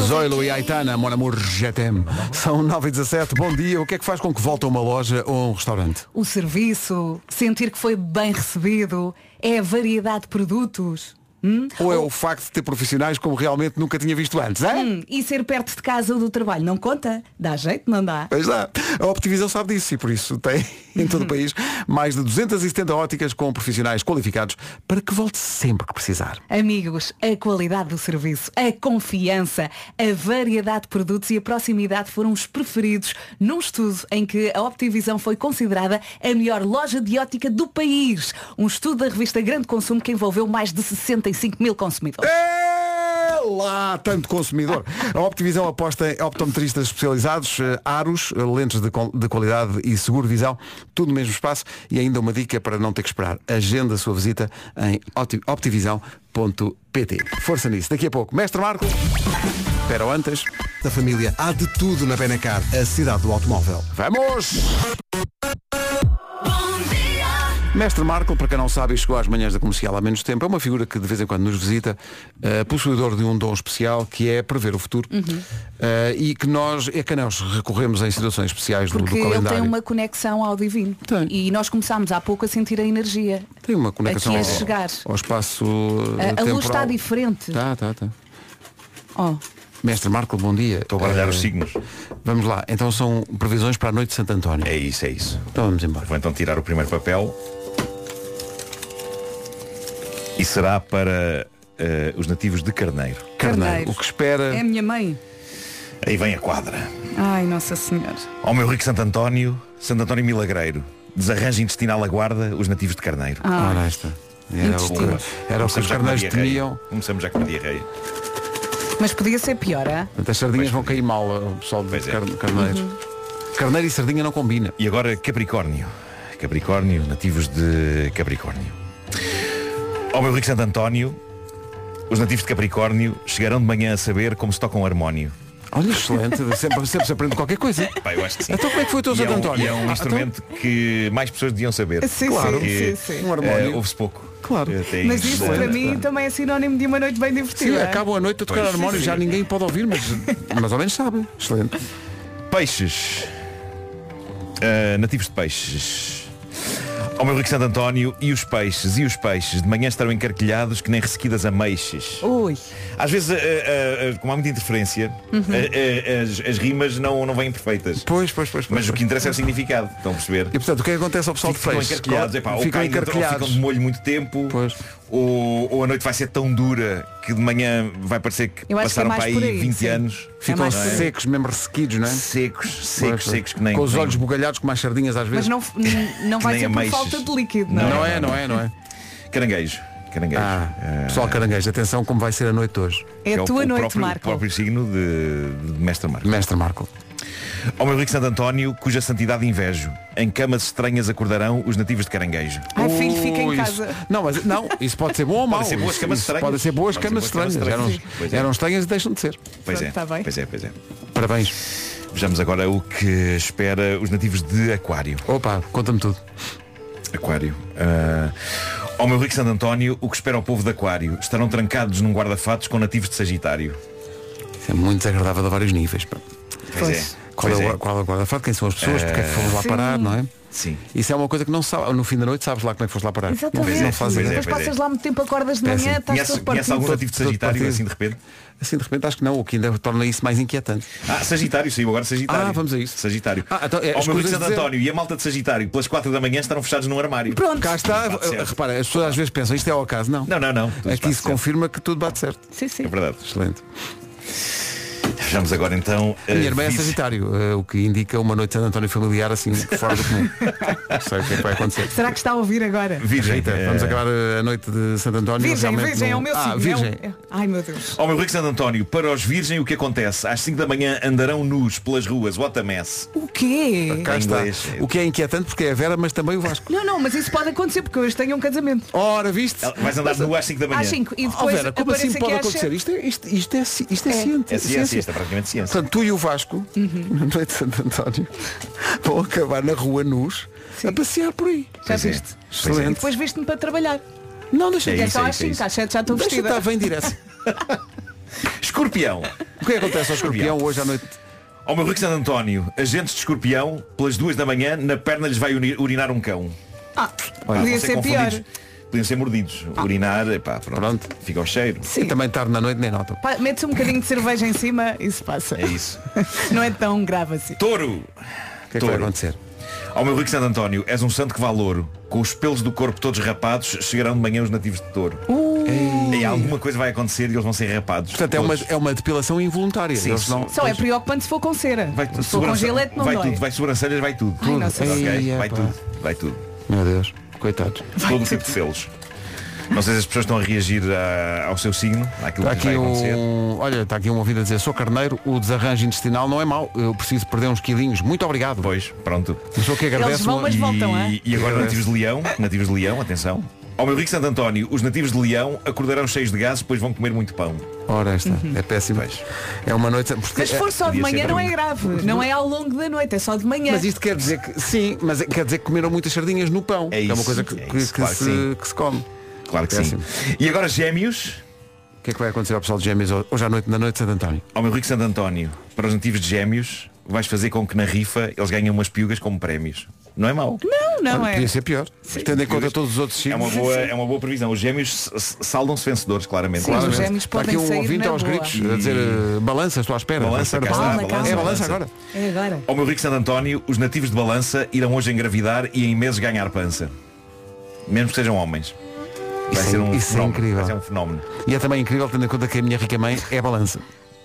G: Zoilo e Aitana, Mon Amour Je t'aime. São 9 e 17 bom dia. O que é que faz com que volte a uma loja ou a um restaurante?
A: O serviço, sentir que foi bem recebido, é a variedade de produtos. hum?
G: Ou é o facto de ter profissionais como realmente nunca tinha visto antes, é?
A: Hum, e ser perto de casa ou do trabalho não conta? Dá jeito, não dá?
G: Pois dá. A Optivisão sabe disso e por isso tem *laughs* em todo o país mais de 270 óticas com profissionais qualificados para que volte sempre que precisar.
A: Amigos, a qualidade do serviço, a confiança, a variedade de produtos e a proximidade foram os preferidos num estudo em que a Optivisão foi considerada a melhor loja de ótica do país. Um estudo da revista Grande Consumo que envolveu mais de 65 mil
G: É.
A: consumidores.
G: Lá, tanto consumidor. A Optivisão aposta em optometristas especializados, eh, aros, eh, lentes de, qual- de qualidade e seguro visão, tudo no mesmo espaço. E ainda uma dica para não ter que esperar. Agenda a sua visita em opti- optivisão.pt. Força nisso. Daqui a pouco, Mestre Marco. Pero antes.
M: Da família há de tudo na Benacar, a cidade do automóvel.
G: Vamos! Mestre Marco, para quem não sabe, e chegou às manhãs da comercial há menos tempo, é uma figura que de vez em quando nos visita, eh, possuidor de um dom especial que é prever o futuro
A: Uhum.
G: eh, e que nós, é que nós recorremos em situações especiais do- do,
A: Porque ele tem
G: calendário.
A: uma conexão ao divino. E nós começámos há pouco a sentir a energia.
G: Tem uma conexão
A: Aqui a
G: ao,
A: chegar.
G: ao espaço.
A: A- a,
G: eh, temporal.
A: luz está diferente.
G: Tá, tá, tá.
A: Oh.
G: Mestre Marco, bom dia. Estou
J: a baralhar os
G: signos. Vamos lá, então são previsões para a noite de Santo António.
J: É isso, é isso.
G: Então vamos embora.
J: Vou então tirar o primeiro papel. E será para eh, os nativos de Carneiro.
A: Carneiro.
J: O que espera.
A: É a minha mãe.
J: Aí vem a quadra.
A: Ai, Nossa Senhora.
J: Ao meu rico Santo António, Santo António Milagreiro. Desarranjo intestinal aguarda os nativos de Carneiro.
A: Ah.
G: Ora, esta. Era o que-
J: Intestino.
G: era o que os
J: Começamos já com
G: carneiros
J: uma diarreia.
G: temiam.
J: Começamos já com uma diarreia.
A: Mas podia ser pior, é?
G: Portanto, as sardinhas vão cair mal, o pessoal de
J: é.
G: car carneiro. Carneiro e sardinha não combina.
J: E agora Capricórnio. Capricórnio, nativos de Capricórnio. Ao meu rico Santo António, os nativos de Capricórnio chegarão de manhã a saber como se toca um harmónio.
G: Olha, excelente, sempre, sempre se aprende qualquer coisa.
J: Pá, eu acho que sim.
G: Então como é que foi o teu
J: E
G: Santo
J: é um-
G: António?
J: e É um
G: Ah,
J: instrumento que mais pessoas deviam saber.
E: Sim,
J: claro.
E: sim,
J: que,
E: sim, sim. Um
G: harmónio.
J: eh, Ouve-se pouco.
G: Claro.
E: Mas isso para mim também é sinónimo de uma noite bem divertida.
G: Sim, acabam a noite a tocar
J: Pois,
G: harmónio,
J: sim.
G: já ninguém pode ouvir, mas mais ou menos sabe. Excelente.
J: Peixes. Ah, nativos de peixes. Ao meu rico Santo António, e os peixes, e os peixes, de manhã estarão encarquilhados que nem ressequidas ameixes.
A: Ui.
J: Às vezes, ah, ah, ah, como há muita interferência,
A: Uhum.
J: ah, ah, as, as rimas não, não vêm perfeitas.
G: Pois, pois, pois.
J: Mas o que interessa é o significado, estão a perceber?
G: E portanto, o que é que acontece ao pessoal de
J: ficam
G: peixe?
J: encarquilhados, epá, ou
G: ficam
J: caem dentro- ou
G: encarquilhados.
J: ficam de molho muito tempo, ou, ou a noite vai ser tão dura que de manhã vai parecer que
G: Eu acho que é
J: passaram
G: mais
J: para
G: por
J: aí
G: aí,
J: 20
G: sim.
J: anos.
G: É Ficam mais por aí. secos, mesmo ressequidos, não é?
J: Secos, secos,
G: Pois,
J: secos que nem.
G: Com os
J: nem-
G: olhos bugalhados com mais sardinhas às
E: Mas
G: vezes.
E: não, n- não
J: Que
E: vai
J: nem
E: ser por
J: ameixas.
E: falta de líquido, não, é?
G: não é, não é.
J: Caranguejo. Caranguejo.
G: Ah.
J: É.
G: Pessoal caranguejo, atenção como vai ser É a noite hoje.
A: É
J: Que é o- o próprio, O próprio signo de, de Mestre Marco.
G: Mestre Marco.
J: Ao meu rico Santo António, cuja santidade invejo, em camas estranhas acordarão os nativos de caranguejo.
G: Ai, filho, fica em Ui, casa. Oh, isso- não, mas- não, isso pode ser bom ou mau.
J: Pode ser boas
G: Isso-
J: camas
G: isso
J: estranhas.
G: pode ser boas
J: Pode
G: camas estranhas.
J: camas
G: Eram-
J: Pois é.
G: eram estranhas e deixam de ser.
J: Pois é.
G: Pronto, tá bem.
J: Pois é, pois é.
G: Parabéns.
J: Vejamos agora o que espera os nativos de Aquário.
G: Opa, conta-me tudo.
J: Aquário. Ah, ao meu rico Santo António, o que espera o povo de Aquário? Estarão trancados num guarda-fatos com nativos de Sagitário.
G: Isso é muito desagradável a vários níveis. pá.
J: Pois. é.
G: Qual,
J: Pois
G: é,
J: é.
G: o- qual é o guarda-fato? Quem são as pessoas? Porque é que fomos lá
J: Sim.
G: parar, não é?
J: Sim.
G: Isso é uma coisa que não se sabe. No fim da noite sabes lá como é que foste lá parar.
A: Exatamente.
G: Não, não fazes ideia.
J: é,
A: Depois passas lá muito tempo, acordas de manhã,
G: Tá
A: estás todo partido.
J: de repente?
G: Assim de repente acho que não, o que ainda torna isso mais inquietante.
J: Ah, Sagitário, saiu agora Sagitário.
G: Ah, vamos a isso.
J: Sagitário.
G: então é
J: Ao
G: as
J: meu rico
G: coisas
J: Santo
G: de-
J: António e a malta de Sagitário, pelas 4 da manhã, estarão fechados num armário.
G: Pronto. Cá está.
J: Bate certo.
G: Repara, as pessoas às vezes pensam, isto é ao acaso. Não.
J: Não, não, não. Tudo
G: Aqui
J: bate
G: se
J: certo.
G: confirma É que tudo bate certo.
A: Sim, sim.
J: É verdade.
G: Excelente.
J: Vejamos agora então.
G: A minha irmã é
J: vice-
G: Sagitário, eh, o que indica uma noite de Santo António
J: *laughs*
G: familiar assim fora do comum. Não sei o que é que vai acontecer.
E: Será que está a ouvir agora?
G: Rita,
J: eh,
G: vamos acabar eh, a noite de Santo António.
E: Virgem,
G: Realmente
E: virgem,
G: não-
E: é o meu
G: Ah,
E: signo.
G: virgem.
E: é o- é- Ai meu Deus.
J: Ao meu rico Santo António, para os virgem o que acontece? Às 5 da manhã andarão nus pelas ruas, what a mess.
E: O quê?
G: Cá
J: Em
G: está.
J: inglês.
G: O que é inquietante porque é a Vera, mas também o Vasco.
E: Não, não, mas isso pode acontecer porque hoje tenho um casamento.
G: Ora, viste?
J: Vais andar nu às 5
A: Ah,
J: da manhã.
E: Às 5 e depois
G: Oh, Vera, como
E: aparece
G: assim
E: aqui
G: pode
E: às
G: acontecer?
E: sete.
G: Isto é, isto, isto é, ci- isto é,
E: É. Uhum.
G: ciência.
J: É ciência, isto é praticamente ciência.
G: Portanto, tu e o Vasco, na noite de
E: *laughs*
G: Santo António, vão acabar na rua nus a passear por aí.
E: Já viste?
J: é.
G: Excelente.
E: E depois viste-me para trabalhar.
G: Não,
A: deixa
J: é
A: ficar
J: isso,
A: só
J: é
A: às
J: isso, é
A: 5,
J: isso.
A: às 7 já estou
G: Deixa
A: vestida.
G: estar bem direto.
J: Escorpião.
G: O que é que acontece ao escorpião hoje à noite?
J: Ao meu rico Santo António, agentes de escorpião, pelas duas da manhã, na perna lhes vai uni- urinar um cão.
A: Ah,
J: Pá,
A: podia
J: vão
A: ser pior. Ah.
J: confundidos. Podiam ser mordidos. Urinar, epá, pronto, Fica o cheiro.
G: E É também tarde na noite nem nota.
A: Pá, Metes um bocadinho de cerveja em cima, isso
G: *laughs*
A: passa.
J: É isso.
A: Não é tão grave assim.
J: Touro! O que é que vai
G: acontecer?
J: Ao meu rico Santo António, és um santo que vá louro. Com os pelos do corpo todos rapados, chegarão de manhã os nativos de touro. E alguma coisa vai acontecer e eles vão ser rapados.
G: Portanto, é uma, é uma depilação involuntária.
J: Sim,
G: Eles não-
A: Só é preocupante se for com cera.
J: Vai
A: se for com
J: Sobrancelha-
A: gilete não
J: vai
A: dói.
J: tudo, vai sobrancelhas, vai tudo.
A: Ai, nossa
J: Ok,
G: senhora.
J: vai
G: Epá.
J: tudo, vai tudo.
G: Meu Deus, coitados.
J: Todo tipo de selos. Não sei se as pessoas estão a reagir a- ao seu signo, àquilo
G: Está
J: que lhes vai
G: aqui
J: acontecer.
G: um, olha, está aqui um ouvido a dizer, sou carneiro, o desarranjo intestinal não é mau, eu preciso perder uns quilinhos, muito obrigado.
J: Pois, pronto.
G: Eu sou que agradeço.
J: e, e agora nativos de leão, nativos de leão, atenção. Ao meu rico Santo António, os nativos de leão acordarão cheios de gases, pois vão comer muito pão.
G: Ora esta,
J: Uhum.
G: é péssimo. É uma noite. porque-
A: Mas se for só de manhã não é grave. Não é ao longo da noite, é só de manhã.
G: Mas isto quer dizer que sim, mas é- quer dizer que comeram muitas sardinhas no pão. É, uma
J: isso,
G: coisa que,
J: é
G: que-
J: isso,
G: que
J: claro que
G: se,
J: sim.
G: que se come.
J: Claro que
G: Péssimo.
J: sim. E agora gêmeos.
G: O que é que vai acontecer ao pessoal de gêmeos hoje à noite, na noite de Santo António?
J: Ao meu rico Santo António, para os nativos de gêmeos, vais fazer com que na rifa eles ganhem umas piugas como prémios. Não é mau.
A: Não, não
G: Olha,
A: é.
G: Podia ser pior. Tendo em conta todos os outros
J: É uma
G: signos.
J: boa, é uma boa previsão. Os gêmeos s- saldam-se vencedores, claramente.
G: Sim, os
J: Claramente.
G: gêmeos Está podem aqui um sair ouvinte na aos boa. gritos, a dizer, eh, balança, estou à espera.
J: Balança, cá
G: Estou à
J: está,
G: espera.
J: balança,
G: É balança agora?
A: É agora.
J: Ao meu rico Santo António, os nativos de balança irão hoje engravidar e em meses ganhar pança. Mesmo que sejam homens. Vai
G: Isso é-
J: ser um
G: isso é
J: fenómeno.
G: incrível.
J: Vai ser um fenómeno.
G: E é também incrível tendo em conta que a minha rica mãe é balança.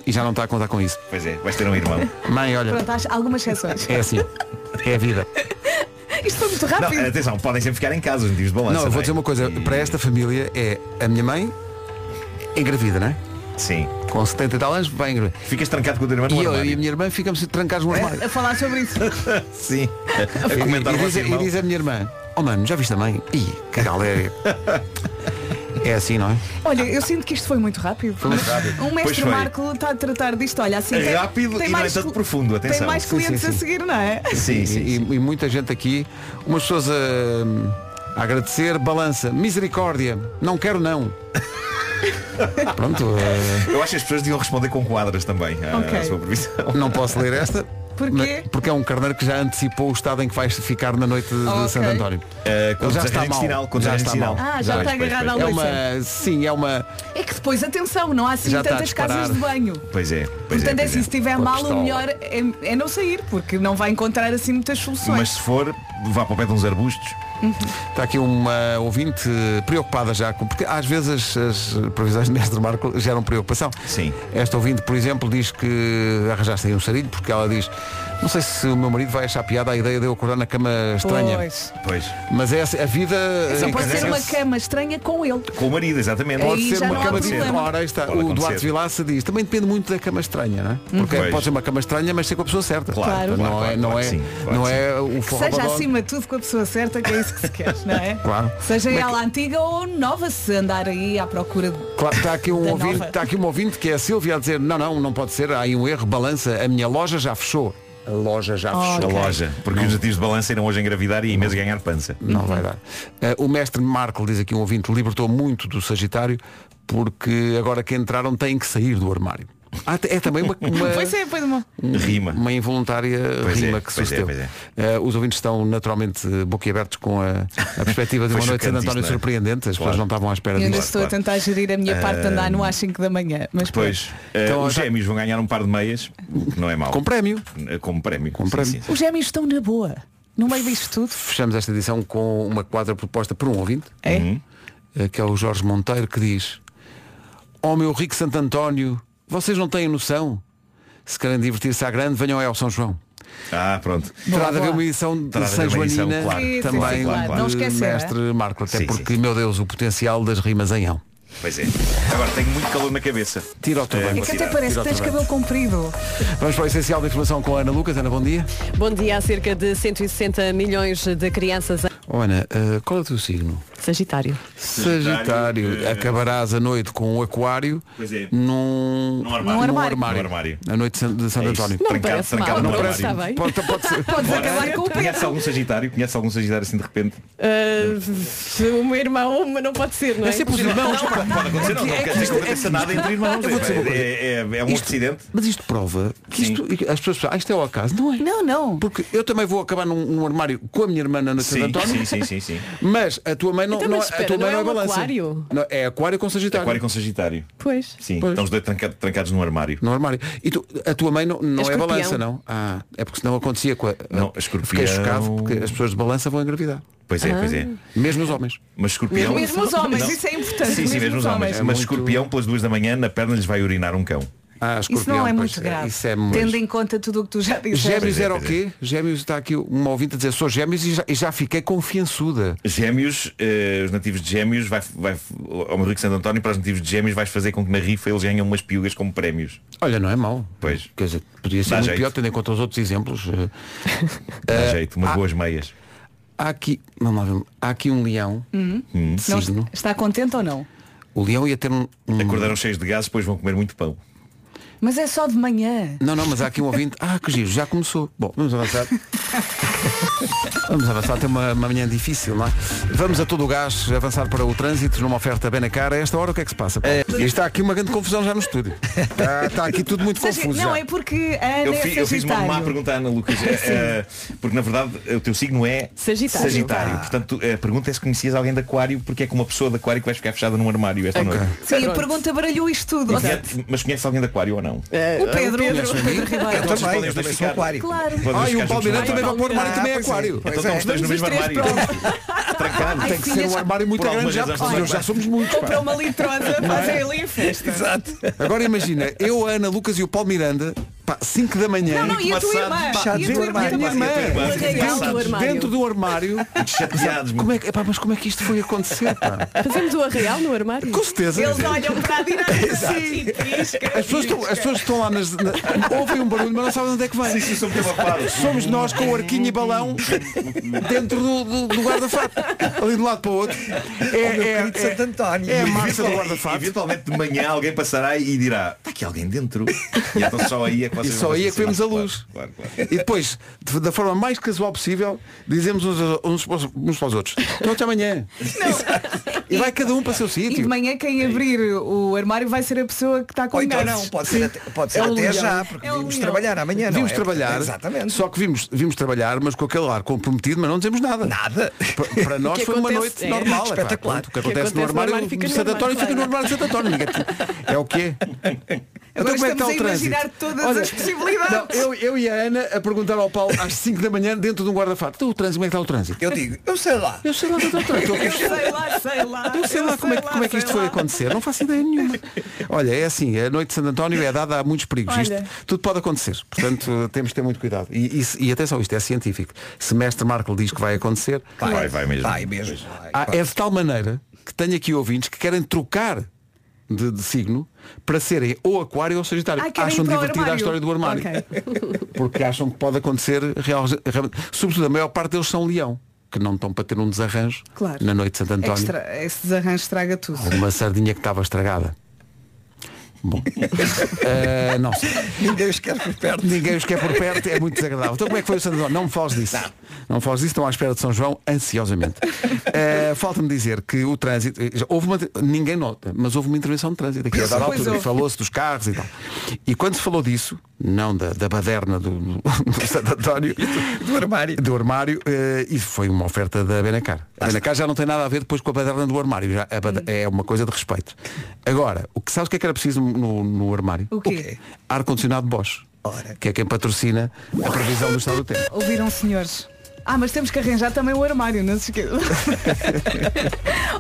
G: E já não está a contar com isso.
J: Pois é, vais ter um irmão.
G: *laughs* Mãe, olha,
A: Pronto, há algumas exceções.
G: é assim. É a vida.
A: Isto foi muito rápido.
J: Não, atenção, podem sempre ficar em casa os nativos de balança.
G: Não, eu
J: não
G: vou
J: é?
G: dizer uma coisa, para esta família é a minha mãe engravida, não é?
J: Sim.
G: Com 70 e tal anos vai engravidar.
J: Ficas trancado com o teu irmão
G: E
J: no
G: eu
J: armário.
G: e a minha irmã ficamos trancados no armário.
A: A falar sobre
G: *laughs*
A: isso.
J: Sim.
G: E-
J: A
G: e,
J: comentar o
G: diz,
J: vosso
G: e
J: irmão.
G: diz a minha irmã, oh mano, já viste a mãe? Ih,
J: *laughs*
G: que galéria. é assim, não é?
A: Olha, eu sinto que isto foi muito rápido.
G: Foi muito rápido.
A: Um
G: Pois
A: mestre
G: foi.
A: Marco está a tratar disto. Olha, assim. tem-
G: Rápido
A: tem
G: e não é
A: mais
G: tanto
A: cli-
G: profundo,
A: Tem
G: atenção.
A: mais
G: Sim, sim,
A: clientes a
G: sim.
A: seguir, não é?
G: e, e- e muita gente aqui, umas pessoas a, a agradecer, balança, misericórdia, não quero não. Pronto. eh,
J: Eu acho que as pessoas deviam responder com quadras também à, à
G: Ok.
J: sua previsão.
G: Não posso ler esta.
A: Porquê?
G: mas- Porque é um carneiro que já antecipou o estado em que vais ficar na noite de
A: Ah, Ok.
G: Santo António.
J: *laughs* Eh, com
G: Ele já
J: desarranjo
G: está
J: intestinal,
G: mal.
J: com
G: já
J: desarranjo
G: está mal.
J: intestinal.
A: Ah, já está agarrado à
G: É
A: louça.
G: uma, sim, é uma.
A: É que depois, atenção, não há assim
G: Já está a
A: tantas
G: disparar.
A: casas de banho.
J: Pois é. Pois
A: Portanto,
J: é,
A: é,
J: pois
A: assim, se estiver
J: Com a
A: mal, o
J: pistola.
A: melhor é, é não sair, porque não vai encontrar assim muitas soluções.
J: Mas se for, vá para o pé de uns arbustos.
G: Está aqui uma ouvinte eh, preocupada já com. Porque às vezes as, as previsões do mestre Marco geram preocupação.
J: Sim.
G: Esta ouvinte, por exemplo, diz que arranjaste aí um sarilho, porque ela diz, não sei se o meu marido vai achar piada a ideia de eu acordar na cama estranha.
A: Pois.
J: Pois.
G: Mas é a vida.
A: Só
G: eh,
A: pode ser uma
G: encarrega-se-
A: cama estranha com ele.
J: Com o marido, exatamente.
G: Pode ser uma cama de Ora, aí está.
J: Pode
G: o
J: acontecer.
G: Duarte Vilaça diz, também depende muito da cama estranha, não é? Porque
J: Pois.
G: pode ser uma cama estranha, mas ser com a pessoa certa.
A: Uhum. Claro.
G: Portanto,
A: Claro,
G: não
A: claro,
G: é, não
A: claro
G: é,
A: que sim, claro
G: não
A: que
G: é o
A: Que
G: forró
A: seja assim
G: badó.
A: acima de tudo com a pessoa certa, que é isso que se quer, não é?
G: Claro.
A: Seja
G: Como é que-
A: ela antiga ou nova, se andar aí à procura de.
G: Claro, está aqui,
A: *laughs*
G: um
A: Da
G: ouvinte,
A: nova.
G: está aqui um ouvinte que é a Silvia a dizer não, não, não pode ser, há aí um erro, balança, a minha loja já fechou. A loja já
J: A
G: fechou.
J: loja. Porque os nativos de balança irão hoje engravidar e em meses ganhar pança.
G: Não vai dar. Eh, o mestre Marco, diz aqui um ouvinte, libertou muito do Sagitário porque agora que entraram têm que sair do armário. Ah, é também uma, uma,
A: *laughs* Pois é, pois uma.
G: um-
J: Rima.
G: uma involuntária
J: Pois é,
G: rima que
J: pois é,
G: sucedeu.
J: pois é.
G: Eh, os ouvintes estão naturalmente eh, boquiabertos com a, a perspectiva de
J: Foi
G: uma noite de Santo
J: chocante
G: António
J: isto, não é?
G: surpreendente. As pessoas
J: Claro.
G: não estavam à espera
A: Eu ainda
G: disso.
A: estou a tentar gerir a minha parte de andar no às 5 da manhã. Mas
J: Pois. eh, os gêmeos vão ganhar um par de meias, o que não é mau.
G: Então, Com prémio.
J: Eh, Com prémio.
G: Com prémio.
A: pronto. os gêmeos estão na boa. No meio disto tudo.
G: Fechamos esta edição com uma quadra proposta por um ouvinte,
J: Uhum.
G: eh, que é o Jorge Monteiro, que diz Ó meu rico Santo António, vocês não têm noção? Se querem divertir-se à grande, venham aí ao São João.
J: Ah, pronto.
G: Terá de haver uma edição
J: Terá
G: de
J: de haver
G: San
J: uma edição,
G: Joanina
J: claro. Sim, sim,
G: também
J: sim, claro, claro. Não
G: de
J: esquecer,
G: mestre Marco, até
J: Sim,
G: porque, meu Deus, o potencial das rimas em ão.
J: Pois é. Agora tenho muito calor na cabeça.
G: Tira o turbante.
J: vou
G: É que
J: tirar.
G: até parece que tens Tira o
A: Cabelo comprido.
G: Vamos para o essencial da informação com a Ana Lucas. Ana, bom dia.
O: Bom dia, há cerca de 160 milhões de crianças.
G: Oh, Ana, eh, qual é o teu signo?
O: Sagitário.
G: Sagitário, acabarás a noite com um aquário
J: eh, Pois é.
G: num,
J: Num armário.
G: num
J: Num
G: armário.
J: armário.
G: A noite de San- de Santo
J: É isso.
G: António.
J: Não Trancado, parece trancado mal, no não tá? armário.
O: está bem. é
G: Pode,
O: *laughs*
G: pode ser.
O: Podes acabar com o
J: Conhece algum Sagitário? Conhece algum Sagitário assim de repente?
A: Ah,
O: Uh, o meu irmão, mas não pode ser, não é?
J: É sempre os irmãos, pá. Pode acontecer, não, não quer dizer é que aconteça nada entre irmãos.
G: Eu vou dizer uma coisa.
J: É- é- é um
G: Isto-
J: acidente.
G: Mas isto prova que isto, as pessoas pensam, ah, isto é o acaso. Não é? Não, não. Porque eu também vou acabar num, num armário com a minha irmã na Santo
J: Sim, sim,
G: António.
J: sim, sim, sim.
G: Mas a tua mãe não,
O: Então,
G: não,
O: mas
G: a
O: espera,
G: tua
O: não
G: mãe
O: é
G: não é
O: um
G: balança.
O: aquário?
G: Não, é aquário com Sagitário.
J: Aquário com Sagitário.
O: Pois.
J: Sim, estão os dois tranca- trancados num armário.
G: No armário. E tu, a tua mãe não, não é
J: escorpião.
G: balança, não? Ah, é porque senão acontecia com a.
J: Não,
G: Fiquei
J: escorpião-
G: chocado porque as pessoas de balança vão engravidar.
J: Pois é, pois é.
G: Ah. Mesmo os homens.
J: Mas escorpião.
E: Mesmo os homens,
J: Não.
E: isso é importante.
J: Sim, sim, mesmo os homens.
G: homens.
J: Mas
G: É muito-
J: escorpião, pelas duas da manhã, na perna lhes vai urinar um cão.
G: Ah,
A: Isso não é muito grave. Tendo em conta tudo o que tu já disseste.
G: Gêmeos
J: é,
G: era o quê? Gêmeos está aqui uma ouvinte a dizer sou gêmeos e já, e já fiquei confiançuda.
J: Gêmeos, eh, os nativos de Gêmeos, vai, vai ao meu rico Santo António, para os nativos de Gêmeos, vais fazer com que na rifa eles ganhem umas piugas como prémios.
G: Olha, não é mau.
J: Pois.
G: Quer dizer, podia ser
J: Dá
G: muito
J: jeito.
G: pior, tendo em conta os outros exemplos.
J: Dá jeito, umas boas meias.
G: Há aqui, vamos lá ver, há aqui um leão.
A: Hum?
G: Hum.
A: Não-
G: Signo.
A: está contente ou não?
G: O leão ia ter um.
J: Acordaram cheios de gás, depois vão comer muito pão.
A: Mas é só de manhã.
G: Não, não, mas há aqui um ouvinte. Ah, que giro, já começou. Bom, vamos avançar. Vamos avançar, tem uma, uma manhã difícil, não é? Vamos a todo o gás avançar para o trânsito numa oferta bem na cara. A esta hora o que é que se passa? Paulo? E está aqui uma grande confusão já no estúdio. Está, está aqui tudo muito
A: Sagi-
G: confuso.
A: não,
G: já.
A: é porque a Ana
J: eu,
A: é
J: fi- eu fiz uma
A: sagitário.
J: má pergunta à Ana Lucas. eh, eh, porque na verdade o teu signo é
A: Sagitário.
J: Sagitário.
A: Ah.
J: Portanto, a pergunta é se conhecias alguém de aquário, porque é com uma pessoa de aquário que vais ficar fechada num armário esta noite.
A: Sim, a pergunta baralhou isto tudo.
J: E
A: Ou seja,
J: conhece- Mas conhece alguém de aquário ou não?
G: É,
A: O Pedro,
G: um
A: o Pedro, o Pedro Ribeiro.
J: Então vocês podem os dois ficar-
A: Claro.
J: podem os dois
G: Ah, e
J: ficar
G: o
J: juntos
G: Palmeiras
J: no
G: também
J: armário.
G: vai para o armário, também é
J: pois
G: aquário.
J: Então estão os dois no mesmo armário.
G: *laughs*
J: Trancado.
G: Ai, Tem que ser filhas, um armário muito
J: Por alguma
G: grande já,
J: razão,
G: porque
J: são
G: nós já
J: dois.
G: somos muitos.
A: Compra uma litrosa,
G: Não é?
A: fazem ali a festa.
G: Exato. Agora imagina, eu, a Ana, Lucas e o Paulo Miranda, pá, 5 da manhã.
A: Não, não, e a tua irmã?
G: Fechados
A: E a tua
G: dentro-
A: irmã
G: minha
A: também?
G: irmã.
A: E a tua irmã? Dentro do
G: Dentro-
A: armário.
G: Dentro do armário. Chateados, como é que, epá, mas como é que isto foi acontecer? pá?
O: Fazemos o arraial no armário?
G: Com certeza.
O: Eles olham
A: para a assim, direita
G: Exato. As pessoas, estão, as pessoas estão lá nas, na- ouvem um barulho, mas não sabem de onde é que vem.
J: Sim, um sim, somos abafados.
G: Somos nós com o arquinho e balão dentro do, do, do guarda-fato. Ali de um lado para o outro. É, é, é, é a marca do
J: E,
G: guarda-fato.
J: Eventualmente de manhã alguém passará e dirá, está aqui alguém dentro. E então só aí é que vocês
G: E só
J: vão
G: aí é que vemos a luz.
J: Claro, claro.
G: E depois, de- da forma mais casual possível, dizemos uns, aos- uns, para os- uns para os outros. Então até amanhã. E vai cada um para o seu
A: E de
G: sítio.
A: manhã quem abrir o armário vai ser a pessoa que está com
C: Ou então
A: gás.
C: não, pode ser
A: Sim.
C: até, pode ser
A: É um
C: até
A: leão.
C: já, porque
A: É um
C: vimos
A: leão.
C: trabalhar amanhã, não
G: Vimos
C: é?
G: trabalhar,
C: Exatamente.
G: só que vimos, vimos trabalhar, mas com aquele ar comprometido, mas não dizemos nada. Nada. Para,
C: O
G: nós
C: que
G: foi uma
C: acontece-
G: noite
C: é.
G: normal. epá,
C: Espetacular.
G: pronto, O que acontece no armário
A: fica
G: de
A: no
G: Santo
A: armário,
G: António fica no
A: claro.
G: armário de Santo António. ninguém- É o quê?
A: Agora
G: Então como é que está
A: estamos
G: o
A: a
G: trânsito?
A: imaginar todas
G: Olha,
A: as possibilidades.
G: não, eu, eu e a Ana a perguntar ao Paulo às 5 da manhã dentro de um guarda-fato. Então o trânsito, como é que está o trânsito?
C: Eu digo, eu sei lá.
G: Então, Eu sei lá, tá, doutor, doutor, estou aqui-
A: Eu sei lá, sei lá.
G: Eu sei lá como é, que- como é que isto foi acontecer, não faço ideia nenhuma. Olha, é assim, a noite de Santo António é dada a muitos perigos.
A: Olha.
G: Isto, tudo pode acontecer, portanto temos de ter muito cuidado. E, e, se- e atenção, isto é científico. Se mestre Marco diz que vai acontecer,
J: Vai, vai, mesmo.
C: Vai mesmo.
G: Ah, é de tal maneira que tenho aqui ouvintes que querem trocar de, de signo para serem ou aquário ou sagitário.
A: Ah, querem ir
G: acham
A: para o
G: divertida a
A: armário.
G: história do armário. *laughs* Porque acham que pode acontecer real- realmente. Sobretudo a maior parte deles são leão, que não estão para ter um desarranjo
A: Claro.
G: na noite de Santo
A: É que
G: António.
A: estra- Esse desarranjo estraga tudo.
G: Uma sardinha que estava estragada.
A: *laughs*
G: Bom. Eh, não sei.
C: *laughs* Ninguém os quer por perto.
G: Ninguém os quer por perto, é muito desagradável. Então como é que foi o Santo António? Não me fales disso. Não, me fales disso, estão à espera de São João ansiosamente. Eh, Falta-me dizer que o trânsito, eh, já houve uma, ninguém nota, mas houve uma intervenção de trânsito aqui a dada
L: Pois
G: altura,
L: houve.
G: e falou-se dos carros e tal. E quando se falou disso, não da, da baderna do, do- do Santo António, do
C: armário,
G: do armário eh, isso foi uma oferta da Benacar. A Benacar já não tem nada a ver depois com a baderna do armário, já, a bade- é uma coisa de respeito. Agora, o que sabes o que é que era preciso no, no armário?
A: O quê?
G: Ar-condicionado Bosch. Que é quem patrocina a previsão do estado do tempo.
A: Ouviram, senhores? Ah, mas temos que arranjar também
E: um
A: o armário, não se
G: *laughs*
A: esqueçam.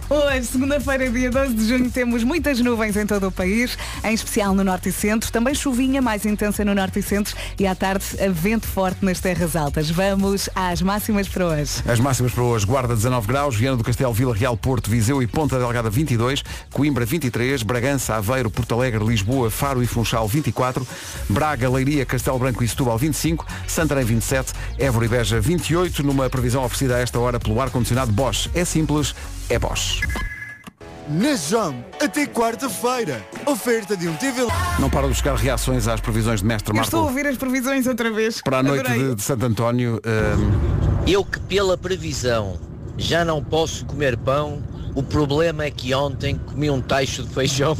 A: Hoje, segunda-feira, dia 12 de junho, temos muitas nuvens em todo o país, em especial no Norte e Centro. Também chuvinha mais intensa no Norte e Centro e à tarde a vento forte nas terras altas. Vamos às máximas para hoje.
G: As máximas para hoje, Guarda 19 graus, Viana do Castelo, Vila Real, Porto, Viseu e Ponta Delgada 22, Coimbra 23, Bragança, Aveiro, Porto Alegre, Lisboa, Faro e Funchal 24, Braga, Leiria, Castelo Branco e Setúbal 25, Santarém 27, Évora e Beja 28, baixo numa previsão oferecida a esta hora pelo ar-condicionado Bosch. É simples, é Bosch.
P: Na Jam, até quarta-feira. Oferta de um TV.
G: Não param de buscar reações às previsões de mestre
E: Eu estou a
G: Marco
E: ouvir as previsões outra vez.
G: para a noite
E: Adorei.
G: de, de Santo António. eh,
Q: Eu que pela previsão já não posso comer pão, o problema é que ontem comi um tacho de feijão.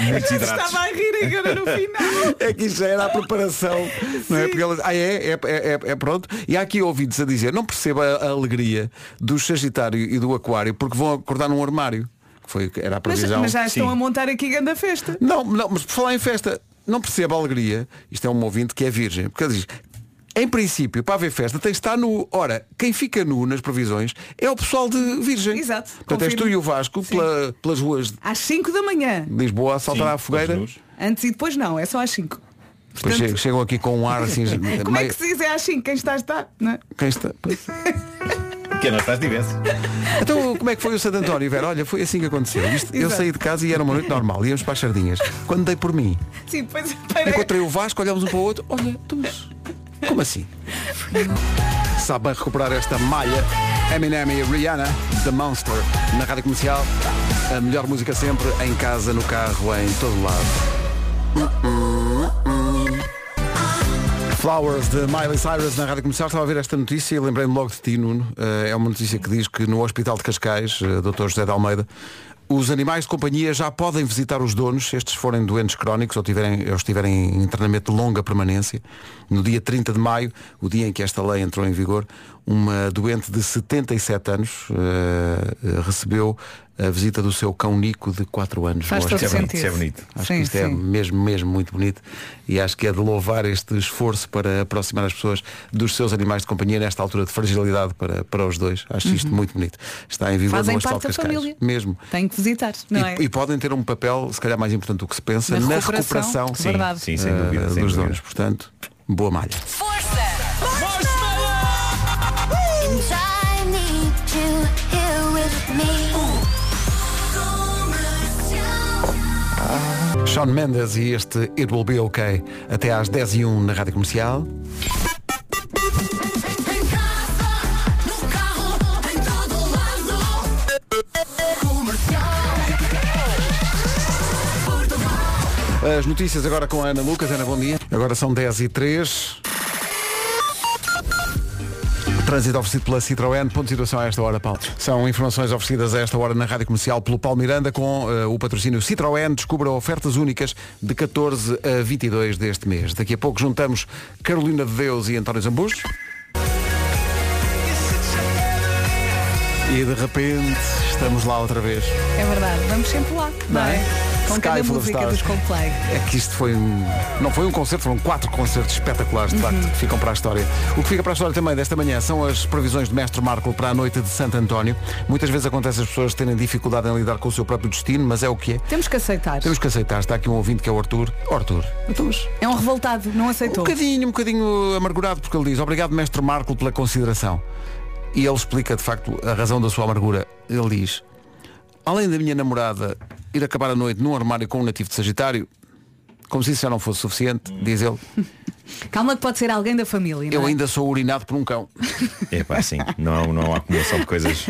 J: Muitos
Q: Eu
A: Ah,
Q: estava a rir agora no
E: *laughs*
G: final. *laughs* É que isso já era a preparação. Não é? Porque elas, ah, é, é, é, é, é pronto. E há aqui ouvidos a dizer, não percebo a, a alegria do Sagitário e do Aquário porque vão acordar num armário. Que foi, era a
E: Mas,
G: previsão.
E: mas
A: um
E: já estão
G: Sim.
E: a montar aqui grande festa.
G: Não, não, mas por falar em festa, não percebo a alegria. Isto é um ouvinte que é virgem. Porque ele diz, em princípio, para haver festa, tem de estar nu. Ora, quem fica nu nas previsões é o pessoal de virgem. Exato. Portanto, és tu
E: confirmo.
G: e o Vasco pela- pelas ruas de
E: Às 5 da manhã.
G: Lisboa a saltar à fogueira.
E: Antes e depois não, é só às 5.
G: Depois che- chegam aqui com um ar assim.
E: *laughs* Como é que se diz é às 5? Quem está está, não é?
G: Quem está?
E: *laughs*
J: Que não estás diverso.
G: Então, como é que foi o Santo António, Vera? Olha, foi assim que aconteceu. Isto- eu
E: Exato.
G: saí de casa e era uma noite normal. Íamos para as sardinhas. Quando dei por mim,
E: Sim, pois é, para...
G: encontrei o Vasco, olhámos um para o outro. Olha, tu, mas como assim? Sabe bem recuperar esta malha. Eminem e Rihanna, The Monster, na rádio comercial. A melhor música sempre, em casa, no carro, em todo lado. Flowers de Miley Cyrus na Rádio Comercial. Estava a ver esta notícia e lembrei-me logo de ti, Nuno. Eh, é uma notícia que diz que no Hospital de Cascais, eh, Dr. José de Almeida, os animais de companhia já podem visitar os donos, se estes forem doentes crónicos ou, tiverem, ou estiverem em treinamento de longa permanência. No dia 30 de maio, o dia em que esta lei entrou em vigor, uma doente de 77 anos eh, eh, recebeu a visita do seu cão Nico de 4 anos.
E: Faz
G: Eu
E: todo
G: acho que é bonito,
E: sentido.
G: isso é bonito. Acho
E: Sim,
G: que isto é
E: sim.
G: mesmo, mesmo muito bonito e acho que é de louvar este esforço para aproximar as pessoas dos seus animais de companhia nesta altura de fragilidade para, para os dois. Acho isto
E: Uhum.
G: muito bonito. Está em vigor
E: Fazem
G: no Hospital
E: parte da
G: de Cascais.
E: família.
G: Mesmo.
E: Tenho que visitar, não é?
G: E, e podem ter um papel, se calhar mais importante do que se pensa,
E: Na
G: na,
E: recuperação,
G: recuperação,
E: verdade. Sim, sim, sem
G: eh,
J: dúvida,
G: dos
J: sem dúvida.
G: donos. Portanto, boa malha.
H: And I need you here with me.
G: Sean Mendes e este It Will Be OK até às 10 h 1 na Rádio Comercial. As notícias agora com a Ana Lucas. Ana, bom dia. Agora são 10 e 3 Trânsito oferecido pela Citroën. Ponto de situação a esta hora, Paulo. São informações oferecidas a esta hora na Rádio Comercial pelo Paulo Miranda com eh, o patrocínio Citroën. Descubra ofertas únicas de 14 a 22 deste mês. Daqui a pouco juntamos Carolina de Deus e António Zambujo. E de repente estamos lá outra vez.
E: É verdade, vamos sempre lá, não, é? Com
G: Sky
E: cada
G: Full of
E: música
G: Stars.
E: dos Coldplay.
G: É que isto foi um. Não foi um concerto, foram quatro concertos espetaculares, de facto, que ficam para a história. O que fica para a história também desta manhã são as previsões de Mestre Marco para a noite de Santo António. Muitas vezes acontece as pessoas terem dificuldade em lidar com o seu próprio destino, mas é o que é.
E: Temos que aceitar.
G: Temos que aceitar. Está aqui um ouvinte que é o Arthur. Arthur,
E: É um revoltado, não aceitou.
G: Um bocadinho, um bocadinho amargurado, porque ele diz obrigado, Mestre Marco, pela consideração. E ele explica, de facto, a razão da sua amargura. Ele diz, além da minha namorada ir acabar a noite num armário com um nativo de Sagitário, como se isso já não fosse suficiente, diz ele,
A: Calma que pode ser alguém da família, não
G: eu
A: é?
G: ainda sou urinado por um cão.
J: É pá, sim. Não, não há acumulação de
G: *laughs*
J: coisas.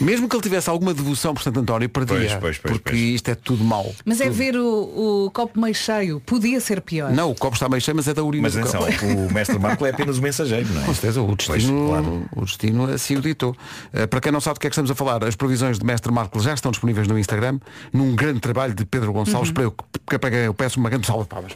G: Mesmo que ele tivesse alguma devoção por Santo António, perdia.
J: Pois, pois, pois,
G: porque isto é tudo mau.
A: Mas é
G: Tudo.
A: ver o, o copo meio cheio. Podia ser pior.
G: Não, o copo está meio cheio, mas é da urina
J: Mas
G: do
J: atenção,
G: cão.
J: o mestre Marco é apenas o mensageiro, não é?
G: Com certeza, o destino, o destino assim o ditou. Eh, para quem não sabe do que é que estamos a falar, as previsões de Mestre Marco já estão disponíveis no Instagram, num grande trabalho de Pedro Gonçalves,
A: Uhum.
G: para, eu, que- para quem eu peço uma grande salva de palmas.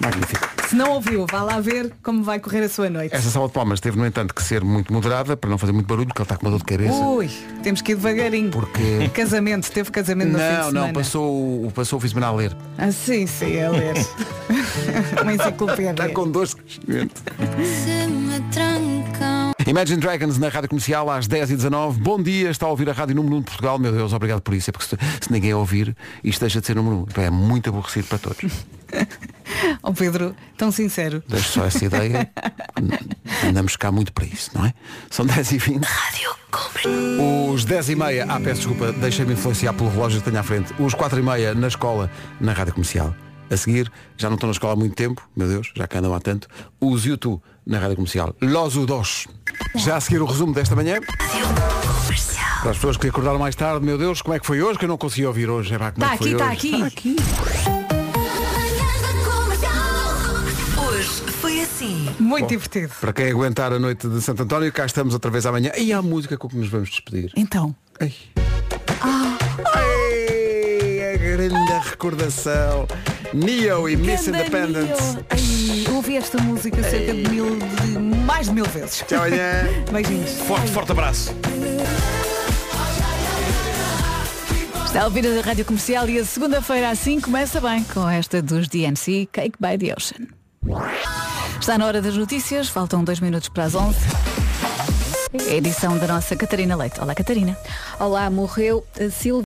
G: Magnífico.
E: Se não ouviu, vá lá ver como vai correr a sua noite.
G: Essa salva de palmas teve, no entanto, que ser muito moderada, para não fazer muito barulho, porque ele está com uma dor de cabeça.
A: Uh!
E: Ui, temos que ir devagarinho.
G: Porque-
E: Casamento, teve casamento no fim de
G: não,
E: semana.
G: não, passou, o- passou o fim de semana a ler.
E: Ah, sim, sim, é
G: *laughs*
E: ler. Uma enciclopédia. Está
G: com dois
H: Se me trancam.
G: Imagine Dragons na Rádio Comercial às 10h19. Bom dia, está a ouvir a Rádio Número 1 de Portugal. Meu Deus, obrigado por isso. É porque se, se ninguém ouvir, isto deixa de ser número 1. É muito aborrecido para todos.
E: Oh Pedro, tão sincero.
G: Deixo só essa ideia. Andamos cá muito para isso, não é? São 10h20. Rádio Os 10h30. Ah, peço desculpa, deixei-me influenciar pelo relógio que tenho à frente. Os 4h30 na escola, na Rádio Comercial. A seguir, já não estão na escola há muito tempo, meu Deus, já que andam há tanto, os YouTube na rádio comercial. Los Udos. Já a seguir o resumo desta manhã. Para as pessoas que acordaram mais tarde, meu Deus, como é que foi hoje? Que eu não consegui ouvir hoje. É pá, como é
E: Tá
A: Está
G: que foi
A: Tá aqui, está
G: hoje?
A: aqui.
R: Hoje foi assim.
A: Muito
G: Bom.
A: divertido.
G: Para quem aguentar a noite de Santo António, cá estamos outra vez amanhã. E há música com que nos vamos despedir.
A: Então.
G: Ei, a grande recordação. Neo e Miss
A: Ganda
G: Independence.
A: Neo. Ai, ouvi esta música cerca de mil, de mais de mil vezes.
G: Até amanhã.
A: *laughs* Beijinhos.
J: Forte, forte abraço.
R: Está a ouvir a Rádio Comercial e a segunda-feira assim começa bem com esta dos DNC Cake by the Ocean. Está na hora das notícias, faltam dois minutos para as É 11. Edição da nossa Catarina Leite. Olá, Catarina.
S: Olá, morreu a Silvia.